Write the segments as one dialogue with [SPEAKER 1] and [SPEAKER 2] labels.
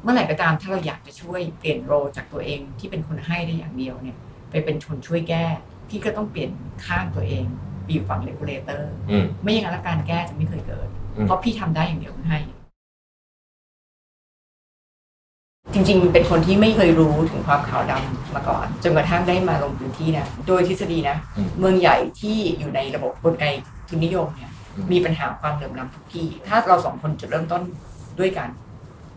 [SPEAKER 1] เมื่อไหร่ก็ตามถ้าเราอยากจะช่วยเปลี่ยนโรลจากตัวเองที่เป็นคนให้ได้อย่างเดียวเนี่ย ไปเป็นคนช่วยแก้พี่ก็ต้องเปลี่ยนข้างตัวเองไปอยู่ฝั่งเลกูลเลเตอร์
[SPEAKER 2] อืม
[SPEAKER 1] ไม่อย่างนั้นแล้วการแก้จะไม่เคยเกิด
[SPEAKER 2] อืม
[SPEAKER 1] เพราะพี่ทำได้อย่างเดียวมันให้ จริงๆ เป็นคนที่ไม่เคยรู้ถึงความขาวดำมาก่อน จนกระทั่งได้มาลงพื้นที่นะ โดยทฤษฎีนะ
[SPEAKER 2] อืม
[SPEAKER 1] เมืองใหญ่ที่อยู่ในระบบกลไกทุนนิยมเนี่ย
[SPEAKER 2] อืม
[SPEAKER 1] มีปัญหาความเหลื่อมล้ำทุกที่ ถ้าเราสองคนจุดเริ่มต้นด้วยกัน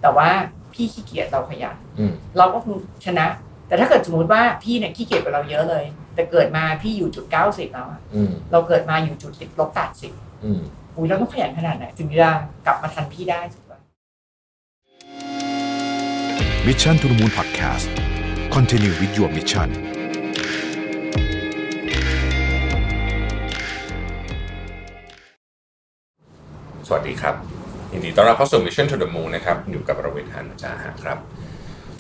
[SPEAKER 1] แต่ว่าพี่ขี้เกียจเราขยัน
[SPEAKER 2] อืม
[SPEAKER 1] เราก็คงชนะ แต่ถ้าเกิดสมมติว่าพี่เนี่ยขี้เกียจกว่าเราเยอะเลย แต่เกิดมาพี่อยู่จุดเก้าสิบแล้วอะ
[SPEAKER 2] อืม
[SPEAKER 1] เราเกิดมาอยู่จุดติดลบแปดสิบ
[SPEAKER 2] อืม
[SPEAKER 1] อุ้ยเราต้องขยันขนาดไหนถึงจะกลับมาทันพี่ได้ถูกปะ
[SPEAKER 3] มิชชั่นทุ e มูลพอดแคสต์คอนเทนิววิดีโอมิชชั่น
[SPEAKER 2] สวัสดีครับ ยินดีต้อนรับเข้าสู่ Mission to the Moon นะครับอยู่กับประเวทหานจาหะครับ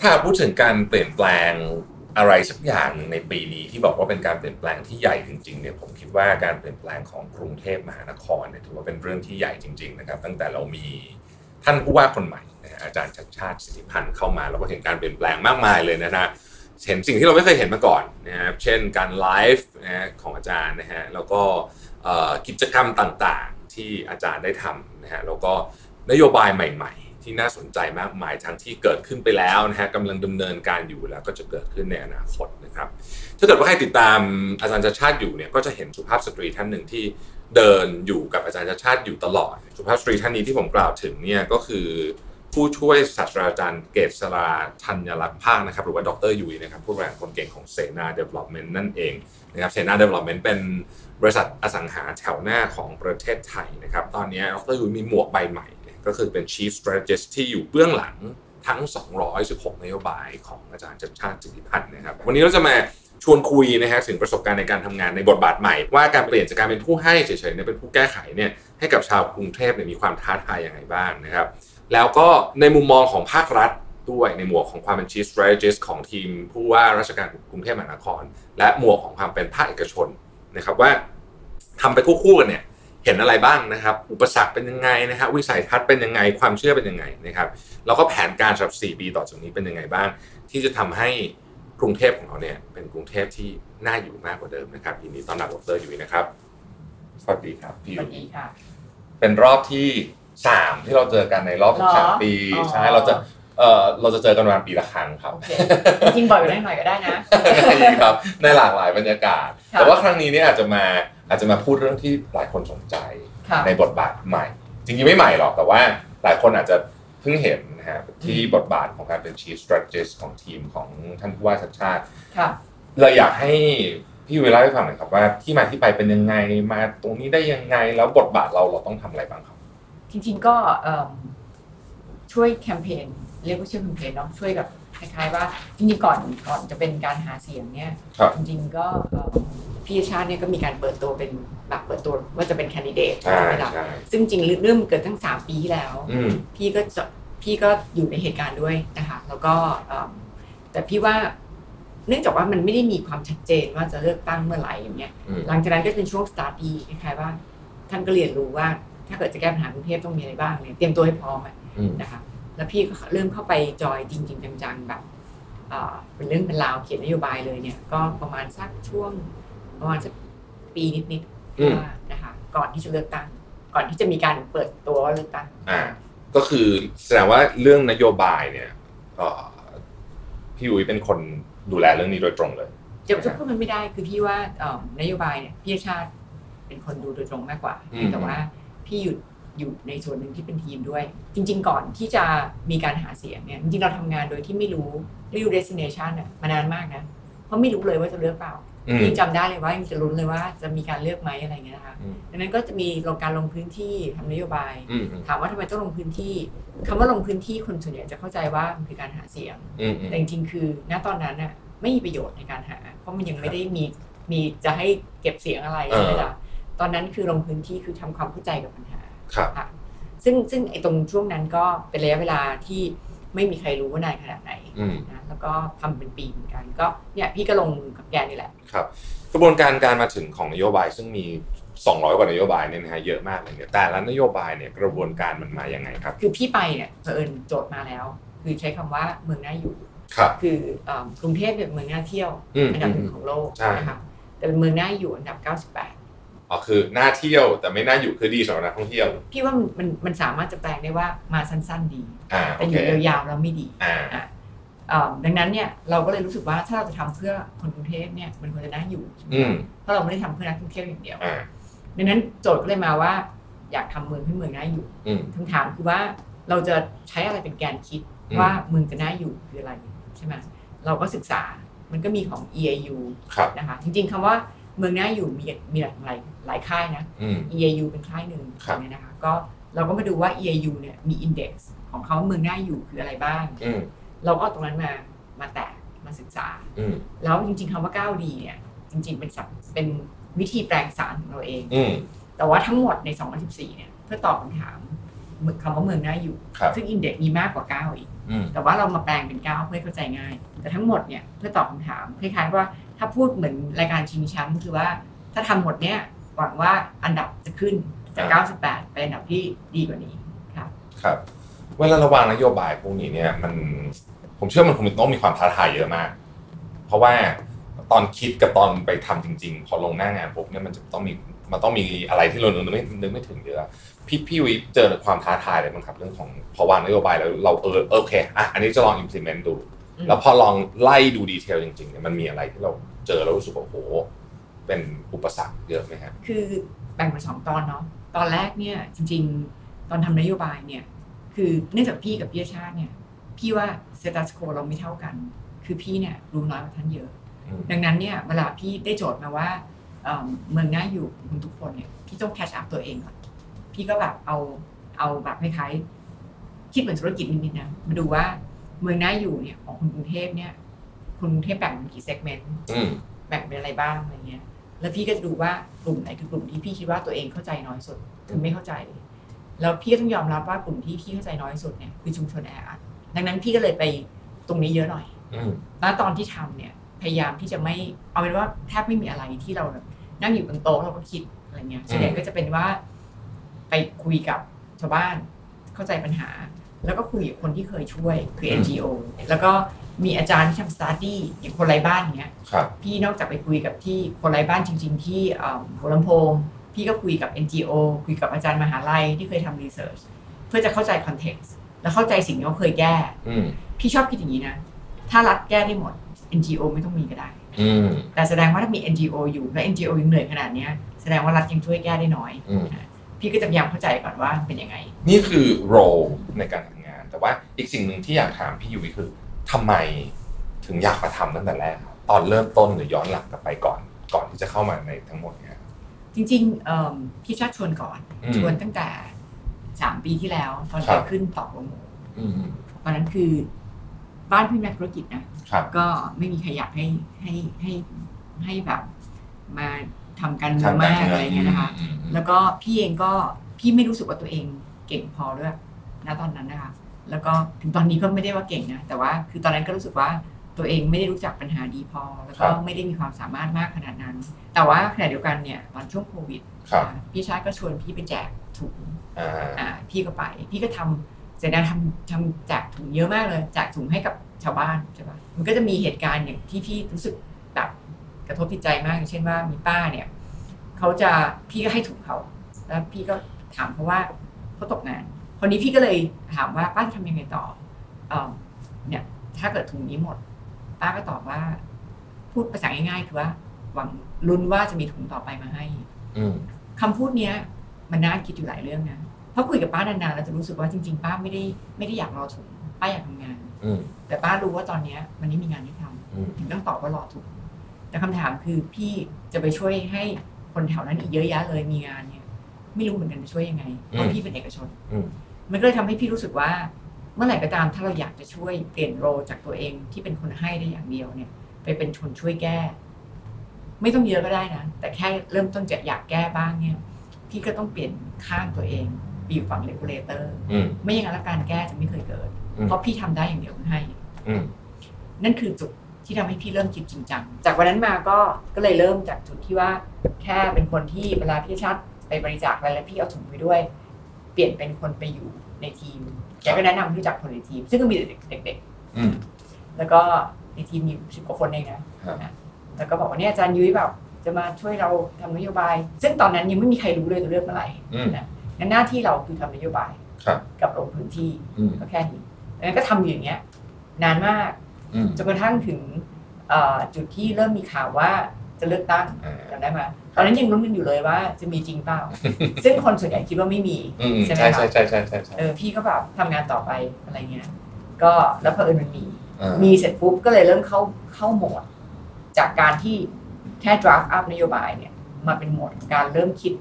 [SPEAKER 2] ถ้าพูดถึงการเปลี่ยนแปลงอะไรสักอย่างหนึ่งในปีนี้ที่บอกว่าเป็นการเปลี่ยนแปลงที่ใหญ่จริงๆเนี่ยผมคิดว่าการเปลี่ยนแปลงของกรุงเทพมหานครเนี่ยถือว่าเป็นเรื่องที่ใหญ่จริง ๆ นะครับ ตั้งแต่เรามีท่านผู้ว่าคนใหม่นะฮะอาจารย์ชัดชาติสิทธิพันธ์เข้ามาเราก็เห็นการเปลี่ยนแปลงมากมายเลยนะฮะ เห็นสิ่งที่เราไม่เคยเห็นมาก่อนนะครับ เช่นการไลฟ์นะฮะของอาจารย์นะฮะ แล้วก็เอ่อกิจกรรมต่างๆที่อาจารย์ได้ทำนะฮะ แล้วก็นโยบายใหม่ๆ ที่น่าสนใจมากมายทั้งที่เกิดขึ้นไปแล้วนะฮะกำลังดำเนินการอยู่แล้วก็จะเกิดขึ้นในอนาคตนะครับ ถ้าเกิดว่าใครติดตามอาจารย์ชาติชาติอยู่เนี่ยก็จะเห็นสุภาพสตรีท่านหนึ่งที่เดินอยู่กับอาจารย์ชาติชาติอยู่ตลอด สุภาพสตรีท่านนี้ที่ผมกล่าวถึงเนี่ยก็คือ ผู้ช่วยศาสตราจารย์เกษราธัญลักษณ์ภาคนะครับหรือว่าดรยุยนะครับผู้บริหารคนเก่งของเซนาเดเวล็อปเมนต์นั่นเองนะครับเซนาเดเวล็อปเมนต์เป็นบริษัทอสังหาแถวหน้าของประเทศไทยนะครับตอนนี้ดรยุยมีหมวกใบใหม่เนี่ยก็คือเป็น Chief Strategist ที่อยู่เบื้องหลังทั้ง 216 นโยบายของอาจารย์จัดชาติจิติพันธ์นะครับวันนี้เราจะมา ชวนคุยนะฮะถึงประสบการณ์ในการทำงานในบทบาทใหม่ ว่าการเปลี่ยนจากการเป็นผู้ให้เฉยๆเนี่ยเป็นผู้แก้ไขเนี่ยให้กับชาวกรุงเทพเนี่ยมีความท้าทายอย่างไรบ้างนะครับ แล้วก็ในมุมมองของภาครัฐด้วยในหมวกของความเป็น Chief Strategist ของทีมผู้ว่าราชการกรุงเทพมหานคร และหมวกของความเป็นภาคเอกชนนะครับว่าทำไปคู่ๆกันเนี่ยเห็นอะไรบ้างนะครับ อุปสรรคเป็นยังไงนะฮะวิสัยทัศน์เป็นยังไงความเชื่อเป็นยังไงนะครับแล้วก็แผนการสำหรับ 4 ปีต่อจากนี้เป็นยังไงบ้าง ที่จะทำให้กรุงเทพของเราเนี่ยเป็นกรุงเทพที่น่าอยู่มากกว่าเดิมนะครับยินดีต้อนรับดรยุ้ยนะครับ สวัสดีครับพี่
[SPEAKER 1] สวั
[SPEAKER 2] ยุ้
[SPEAKER 1] ส
[SPEAKER 2] ย
[SPEAKER 1] ดีค่ะ
[SPEAKER 2] เป็นรอบที่สามที่เราเจอกันในรอบ
[SPEAKER 1] เหรอ
[SPEAKER 2] สิ
[SPEAKER 1] บ
[SPEAKER 2] สามปี
[SPEAKER 1] อ๋อ
[SPEAKER 2] ใช่เราจะเออเราจะเจอกันประมาณปีละครั้งครับ
[SPEAKER 1] โอเค จริงๆบ่อยไปได้หน่อยก็ได้นะ
[SPEAKER 2] ครับ ในหลากหลายบรรยากาศ
[SPEAKER 1] ค่ะ
[SPEAKER 2] แต่ว่าครั้งนี้เนี่ยอาจจะมาอาจจะมาพูดเรื่องที่หลายคนสนใจ
[SPEAKER 1] ค่ะ
[SPEAKER 2] ในบทบาทใหม่ จริงๆไม่ใหม่หรอกแต่ว่าหลายคนอาจจะเพิ่งเห็นนะฮะที่บทบาทของการเป็น Chief Strategist ของทีมของท่านผู้ว่าชัดชาติ
[SPEAKER 1] ค่ะ
[SPEAKER 2] เราอยากให้พี่วิวเล่าให้ฟังหน่อยครับว่าที่มาที่ไปเป็นยังไงมาตรงนี้ได้ยังไงแล้วบทบาทเราเราต้องทำอะไรบ้างครับ
[SPEAKER 1] จริงๆก็เอิ่มช่วยแคมเปญเรียกว่าช่วยแคมเปญเนาะช่วยแบบคล้ายๆว่าจริงๆก่อนก่อนจะเป็นการหาเสียงเนี่ย
[SPEAKER 2] ครับ
[SPEAKER 1] จริงๆก็เอิ่มพี่ชาติเนี่ยก็มีการเปิดตัวเป็นแบบเปิดตัวว่าจะเป็นแคนดิเดต
[SPEAKER 2] ใช่
[SPEAKER 1] ใช่ไหมล่ะ
[SPEAKER 2] ใช่
[SPEAKER 1] ซึ่งจริงๆเรื่องมันเกิดตั้งสามปีที่แล้ว
[SPEAKER 2] อืม
[SPEAKER 1] พี่ก็จะพี่ก็อยู่ในเหตุการณ์ด้วยนะคะแล้วก็เอิ่มแต่พี่ว่าเนื่องจากว่ามันไม่ได้มีความชัดเจนว่าจะเลือกตั้งเมื่อไหร่อย่างเงี้ย
[SPEAKER 2] อืม
[SPEAKER 1] หลังจากนั้นก็เป็นช่วงสตาร์ทีคล้ายๆว่า ท่านก็เรียนรู้ว่า ถ้าเกิดจะแก้ปัญหากรุงเทพต้องมีอะไรบ้างเนี่ยเตรียมตัวให้พร้อมอะ
[SPEAKER 2] อืม
[SPEAKER 1] นะคะแล้วพี่ก็เริ่มเข้าไปจอยจริง ๆ จังๆแบบเอ่อเป็นเรื่องเป็นราวเขียนนโยบายเลยเนี่ยก็ประมาณสักช่วงประมาณสักปีนิดๆ
[SPEAKER 2] อืม
[SPEAKER 1] ว่านะคะก่อนที่จะเลือกตั้ง ก่อนที่จะมีการเปิดตัวว่าเลือกตั้ง
[SPEAKER 2] อ่า ก็คือแสดงว่าเรื่องนโยบายเนี่ยเอ่อพี่อุ๋ยเป็นคนดูแลเรื่องนี้โดยตรงเลย
[SPEAKER 1] จะจะพูดมันไม่ได้คือพี่ว่าเอ่อนโยบายเนี่ยพี่ชาติเป็นคนดูโดยตรงมากกว่า
[SPEAKER 2] อืม
[SPEAKER 1] แต่ว่าพี่อยู่อยู่ในส่วนหนึ่งที่เป็นทีมด้วย จริง ๆ ก่อนที่จะมีการหาเสียงเนี่ยจริงๆเราทำงานโดยที่ไม่รู้ไม่รู้ destination อะมานานมากนะเพราะไม่รู้เลยว่าจะเลือกเปล่า
[SPEAKER 2] อืม
[SPEAKER 1] พี่จำได้เลยว่ายังจะลุ้นเลยว่าจะมีการเลือกไหมอะไรเงี้ยนะคะ
[SPEAKER 2] อืม
[SPEAKER 1] ดังนั้นก็จะมีลงการลงพื้นที่ทำนโยบาย
[SPEAKER 2] อืมอืม
[SPEAKER 1] ถามว่าทำไมต้องลงพื้นที่คำว่าลงพื้นที่คนส่วนใหญ่จะเข้าใจว่ามันคือการหาเสียง
[SPEAKER 2] อืมอืม
[SPEAKER 1] แต่จริงๆ คือ ณ ตอนนั้นน่ะไม่มีประโยชน์ในการหา เพราะมันยังไม่ได้มีมีจะให้เก็บเสียงอะไร
[SPEAKER 2] เออ
[SPEAKER 1] ใช่ไหมล่ะ ตอนนั้นคือลงพื้นที่คือทำความเข้าใจกับปัญหา
[SPEAKER 2] ครับ
[SPEAKER 1] ซึ่งซึ่งไอ้ตรงช่วงนั้นก็เป็นระยะเวลาที่ไม่มีใครรู้ว่านานขนาดไหน
[SPEAKER 2] อืม
[SPEAKER 1] นะ แล้วก็ทำเป็นปีเหมือนกัน ก็เนี่ยพี่ก็ลงกับแกนี่แหละ
[SPEAKER 2] ครับกระบวนการการมาถึงของนโยบายซึ่งมี 200 กว่านโยบายเนี่ยนะฮะเยอะมากเลยเนี่ยแต่ละนโยบายเนี่ยกระบวนการมันมายังไงครับ
[SPEAKER 1] คือพี่ไปเนี่ยเผอิญโจทย์มาแล้ว คือใช้คำว่าเมืองน่าอยู่
[SPEAKER 2] ครับ
[SPEAKER 1] คือเอ่อกรุงเทพเนี่ยเมืองน่าเที่ยว
[SPEAKER 2] อืม
[SPEAKER 1] อันดับหนึ่ง
[SPEAKER 2] อืม
[SPEAKER 1] ของโลก
[SPEAKER 2] ใช่
[SPEAKER 1] นะคะแต่เป็นเมืองน่าอยู่อันดับ 98
[SPEAKER 2] อ๋อคือน่าเที่ยวแต่ไม่น่าอยู่คือดีสำหรับนักท่องเที่ยว
[SPEAKER 1] พี่ว่ามันมันมันสามารถจะแปลงได้ว่ามาสั้นๆดี
[SPEAKER 2] อ่าโอ
[SPEAKER 1] แต่อ
[SPEAKER 2] เค
[SPEAKER 1] ยู่ยาวๆแล้วไม่ดี
[SPEAKER 2] อ่า
[SPEAKER 1] อ่ะเอ่อดังนั้นเนี่ยเราก็เลยรู้สึกว่าถ้าเราจะทำเพื่อคนกรุงเทพเนี่ยมันควรจะน่าอยู่
[SPEAKER 2] อืม
[SPEAKER 1] เพราะเราไม่ได้ทำเพื่อนักท่องเที่ยวอย่างเดียว
[SPEAKER 2] อ่า
[SPEAKER 1] ดังนั้นโจทย์ก็เลยมาว่า อยากทำเมืองให้เมืองน่าอยู่
[SPEAKER 2] อืม
[SPEAKER 1] คำถามคือว่าเราจะใช้อะไรเป็นแกนคิด
[SPEAKER 2] อืม
[SPEAKER 1] ว่าเมืองจะน่าอยู่คืออะไรใช่ไหมเราก็ศึกษามันก็มีของ EIU
[SPEAKER 2] ครับ
[SPEAKER 1] นะคะจริงๆคำว่าเมืองน่าอยู่มีมีหลากหลายหลายค่ายนะ
[SPEAKER 2] อืม
[SPEAKER 1] EAU เป็นค่ายหนึ่ง
[SPEAKER 2] ครับ
[SPEAKER 1] เนี่ยนะคะก็เราก็มาดูว่า EAU เนี่ยมีอินเด็กซ์ของเขาเมืองน่าอยู่คืออะไรบ้าง
[SPEAKER 2] อืม
[SPEAKER 1] เราก็เอาตรงนั้นมามาแตะมาศึกษา
[SPEAKER 2] อืม
[SPEAKER 1] แล้วจริงๆคำว่า 9D เนี่ยจริงๆเป็นศัพท์เป็นวิธีแปลงสารของเราเอง
[SPEAKER 2] อืม
[SPEAKER 1] แต่ว่าทั้งหมดใน 2014 เนี่ยเพื่อตอบคำถามคำว่าเมืองน่าอยู่
[SPEAKER 2] ครับ
[SPEAKER 1] ซึ่งอินเด็กซ์มีมากกว่า 9 อีก
[SPEAKER 2] อืม
[SPEAKER 1] แต่ว่าเรามาแปลงเป็น 9 เพื่อให้เข้าใจง่าย แต่ทั้งหมดเนี่ยเพื่อตอบคำถามคล้ายๆว่าถ้าพูดเหมือนรายการชิงแชมป์คือว่าถ้าทำหมดเนี่ยหวังว่าอันดับจะขึ้นจาก 98 ไปอันดับที่ดีกว่านี้ครับ
[SPEAKER 2] ครับ เวลาเระวางนโยบายพวกนี้เนี่ยมันผมเชื่อมันคงต้องมีความท้าทายเยอะมาก เพราะว่าตอนคิดกับตอนไปทำจริง ๆ พอลงหน้างานปุ๊บเนี่ยมันจะต้องมีมันต้องมีอะไรที่เรานึกไม่นึกไม่ถึงเยอะพี่พี่วิเจอความท้าทายอะไรบ้างครับเรื่องของพอวางนโยบายแล้วเราเออโอเคอ่ะอันนี้จะลอง implement ดู
[SPEAKER 1] อืม
[SPEAKER 2] แล้วพอลองไล่ดูดีเทลจริงๆเนี่ยมันมีอะไรที่เราเจอแล้วรู้สึกว่าโอ้โหเป็นอุปสรรคเยอะไหมครับ
[SPEAKER 1] คือแบ่งเป็นสองตอนเนาะตอนแรกเนี่ยจริงๆ ตอนทำนโยบายเนี่ยคือเนื่องจากพี่กับพี่ชาติเนี่ยพี่ว่าสเตตัสโคเราไม่เท่ากัน คือพี่เนี่ยรู้น้อยกว่าท่านเยอะ ดังนั้นเนี่ยเวลาพี่ได้โจทย์มาว่าเอิ่มเมืองน่าอยู่ของคุณทุกคนเนี่ยพี่ต้องแคชอัพตัวเองก่อนพี่ก็แบบเอาเอาแบบคล้ายๆคิดเหมือนธุรกิจนิดๆนะมาดูว่าเมืองน่าอยู่เนี่ยของคนกรุงเทพเนี่ยคนกรุงเทพแบ่งเป็นกี่เซกเมนต์
[SPEAKER 2] อืม
[SPEAKER 1] แบ่งเป็นอะไรบ้างอะไรเงี้ยแล้วพี่ก็จะดูว่ากลุ่มไหนคือกลุ่มที่พี่คิดว่าตัวเองเข้าใจน้อยสุดคือไม่เข้าใจ แล้วพี่ก็ต้องยอมรับว่ากลุ่มที่พี่เข้าใจน้อยสุดเนี่ยคือชุมชนแออัดดังนั้นพี่ก็เลยไปตรงนี้เยอะหน่อย
[SPEAKER 2] อืม
[SPEAKER 1] แล้วตอนที่ทำเนี่ยพยายามที่จะไม่เอาเป็นว่าแทบไม่มีอะไรที่เราแบบนั่งอยู่บนโต๊ะเราก็คิดอะไรเงี้ยส่วนใหญ่ก็จะเป็นว่าไปคุยกับชาวบ้านเข้าใจปัญหา แล้วก็คุยกับคนที่เคยช่วยคือ NGO แล้วก็มีอาจารย์ที่ทำสตาร์ดี้อย่างคนไร้บ้านเงี้ย
[SPEAKER 2] ครับ
[SPEAKER 1] พี่นอกจากไปคุยกับที่คนไร้บ้านจริง ๆ ที่เอ่อหัวลำโพงพี่ก็คุยกับ NGO คุยกับอาจารย์มหาลัยที่เคยทำรีเสิร์ชเพื่อจะเข้าใจคอนเท็กซ์และเข้าใจสิ่งที่เขาเคยแก้
[SPEAKER 2] อืม
[SPEAKER 1] พี่ชอบคิดอย่างนี้นะ ถ้ารัฐแก้ได้หมด NGO ไม่ต้องมีก็ได้
[SPEAKER 2] อืม
[SPEAKER 1] แต่แสดงว่าถ้ามี NGO อยู่แล้ว NGO ยังเหนื่อยขนาดเนี้ยแสดงว่ารัฐยังช่วยแก้ได้น้อย
[SPEAKER 2] อืม
[SPEAKER 1] พี่ก็จะพยายามเข้าใจก่อนว่าเป็นยังไง
[SPEAKER 2] นี่คือ โรในการทำงาน แต่ว่าอีกสิ่งหนึ่งที่อยากถามพี่ยุ้ยคือทำไมถึงอยากมาทำตั้งแต่แรกครับตอนเริ่มต้นหรือย้อนหลังกลับไปก่อน ก่อนที่จะเข้ามาในทั้งหมดเนี่ย
[SPEAKER 1] จริงๆเอิ่มพี่ชาติชวนก่อน
[SPEAKER 2] อืม
[SPEAKER 1] ชวนตั้งแต่ 3 ปีที่แล้วตอน
[SPEAKER 2] ครั
[SPEAKER 1] จะ
[SPEAKER 2] บ
[SPEAKER 1] ขึ้นตอกลง
[SPEAKER 2] อืม
[SPEAKER 1] ตอนนั้นคือบ้านพี่นักธุรกิจนะ
[SPEAKER 2] ครับ
[SPEAKER 1] ก็ไม่มีใครอยากให้ให้ให้ให้แบบมาทำกันเมืองมากอะไรเงี้ยนะคะ แล้วก็พี่เองก็พี่ไม่รู้สึกว่าตัวเองเก่งพอด้วยนะตอนนั้นนะคะ แล้วก็ถึงตอนนี้ก็ไม่ได้ว่าเก่งนะแต่ว่าคือตอนนั้นก็รู้สึกว่าตัวเองไม่ได้รู้จักปัญหาดีพอ แล้วก็
[SPEAKER 2] ครับ
[SPEAKER 1] ไม่ได้มีความสามารถมากขนาดนั้น แต่ว่าขณะเดียวกันเนี่ยตอนช่วงโควิด
[SPEAKER 2] ครับ
[SPEAKER 1] อ่ะพี่ชายก็ชวนพี่ไปแจกถุง
[SPEAKER 2] อ่า
[SPEAKER 1] อ่าพี่ก็ไป พี่ก็ทำเสร็จนะทำทำแจกถุงเยอะมากเลยแจกถุงให้กับชาวบ้านใช่ปะมันก็จะมีเหตุการณ์อย่างที่พี่รู้สึกแบบกระทบจิตใจมากอย่างเช่นว่ามีป้าเนี่ย เขาจะพี่ก็ให้ถุงเขา แล้วพี่ก็ถามเขาว่าเขาตกงานคนนี้พี่ก็เลยถามว่าป้าจะทำยังไงต่อเออเนี่ย ถ้าเกิดถุงนี้หมด ป้าก็ตอบว่า พูดภาษาง่ายๆคือว่า หวังลุ้นว่าจะมีถุงต่อไปมาให้
[SPEAKER 2] อืม
[SPEAKER 1] คำพูดเนี้ย มันน่าคิดอยู่หลายเรื่องนะเพราะคุยกับป้านานๆเราจะรู้สึกว่าจริง ๆ ป้าไม่ได้ไม่ได้อยากรอถุงป้าอยากทำงาน
[SPEAKER 2] อืม
[SPEAKER 1] แต่ป้ารู้ว่าตอนเนี้ยมันไม่มีงานที่ทำ
[SPEAKER 2] อืม
[SPEAKER 1] ถึงต้องตอบว่ารอถูก แต่คำถามคือพี่จะไปช่วยให้คนแถวนั้นอีกเยอะแยะเลยมีงานเนี่ย ไม่รู้เหมือนกันจะช่วยยังไงเพราะพี่เป็นเอกชน
[SPEAKER 2] อืม
[SPEAKER 1] มันก็เลยทำให้พี่รู้สึกว่า เมื่อไหร่ก็ตามถ้าเราอยากจะช่วยเปลี่ยนโรลจากตัวเองที่เป็นคนให้ได้อย่างเดียวเนี่ย ไปเป็นคนช่วยแก้ ไม่ต้องเยอะก็ได้นะ แต่แค่เริ่มต้นจากอยากแก้บ้างเนี่ยพี่ก็ต้องเปลี่ยนข้างตัวเองไปอยู่ฝั่งเลกูลเลเตอร์
[SPEAKER 2] อืม
[SPEAKER 1] ไม่อย่างนั้นแล้วการแก้จะไม่เคยเกิด
[SPEAKER 2] อืม
[SPEAKER 1] เพราะพี่ทำได้อย่างเดียวคือให้
[SPEAKER 2] อืม
[SPEAKER 1] นั่นคือจุดที่ทำให้พี่เริ่มคิดจริงจัง จากวันนั้นมาก็ก็เลยเริ่มจากจุดที่ว่าแค่เป็นคนที่เวลาพี่ชัดไปบริจาคอะไรแล้วพี่เอาถุงไปด้วย เปลี่ยนเป็นคนไปอยู่ในทีม แกก็แนะนำให้รู้จักคนในทีม ซึ่งก็มีแต่เด็ก
[SPEAKER 2] อืม
[SPEAKER 1] ๆ แล้วก็ในทีมมีสิบกว่าคนเองนะ
[SPEAKER 2] ฮะ
[SPEAKER 1] แล้วก็บอกว่าเนี่ยอาจารย์ยุ้ยแบบจะมาช่วยเราทำนโยบาย ซึ่งตอนนั้นยังไม่มีใครรู้เลยจะเลือกเมื่อไหร่
[SPEAKER 2] อืม
[SPEAKER 1] นะงั้นหน้าที่เราคือทำนโยบาย
[SPEAKER 2] ครับ
[SPEAKER 1] กับลงพื้นที่
[SPEAKER 2] อืม
[SPEAKER 1] ก็แค่นี้แล้วก็ทำอยู่อย่างเงี้ย นานมาก
[SPEAKER 2] อืม
[SPEAKER 1] จนกระทั่งถึงเอ่อจุดที่เริ่มมีข่าวว่าจะเลือกตั้ง
[SPEAKER 2] อ่า
[SPEAKER 1] จำได้ไหมาตอนนั้นยังรุ้นกันอยู่เลยว่าจะมีจริงเป ล่า ซึ่งคนส่วนใหญ่คิดว่าไม่มี
[SPEAKER 2] อืม
[SPEAKER 1] ใช่ไหม
[SPEAKER 2] ใช่
[SPEAKER 1] คะ
[SPEAKER 2] ใช่ใช่ใช่ใช่ใช่
[SPEAKER 1] เออพี่ก็แบบทำงานต่อไปอะไรเงี้ย ก็แล้วเผอิญมันมี
[SPEAKER 2] อ่า
[SPEAKER 1] มีเสร็จปุ๊บก็เลยเริ่มเข้าเข้าโหมด จากการที่แค่ draft up นโยบายเนี่ยมาเป็นโหมดของการเริ่มคิด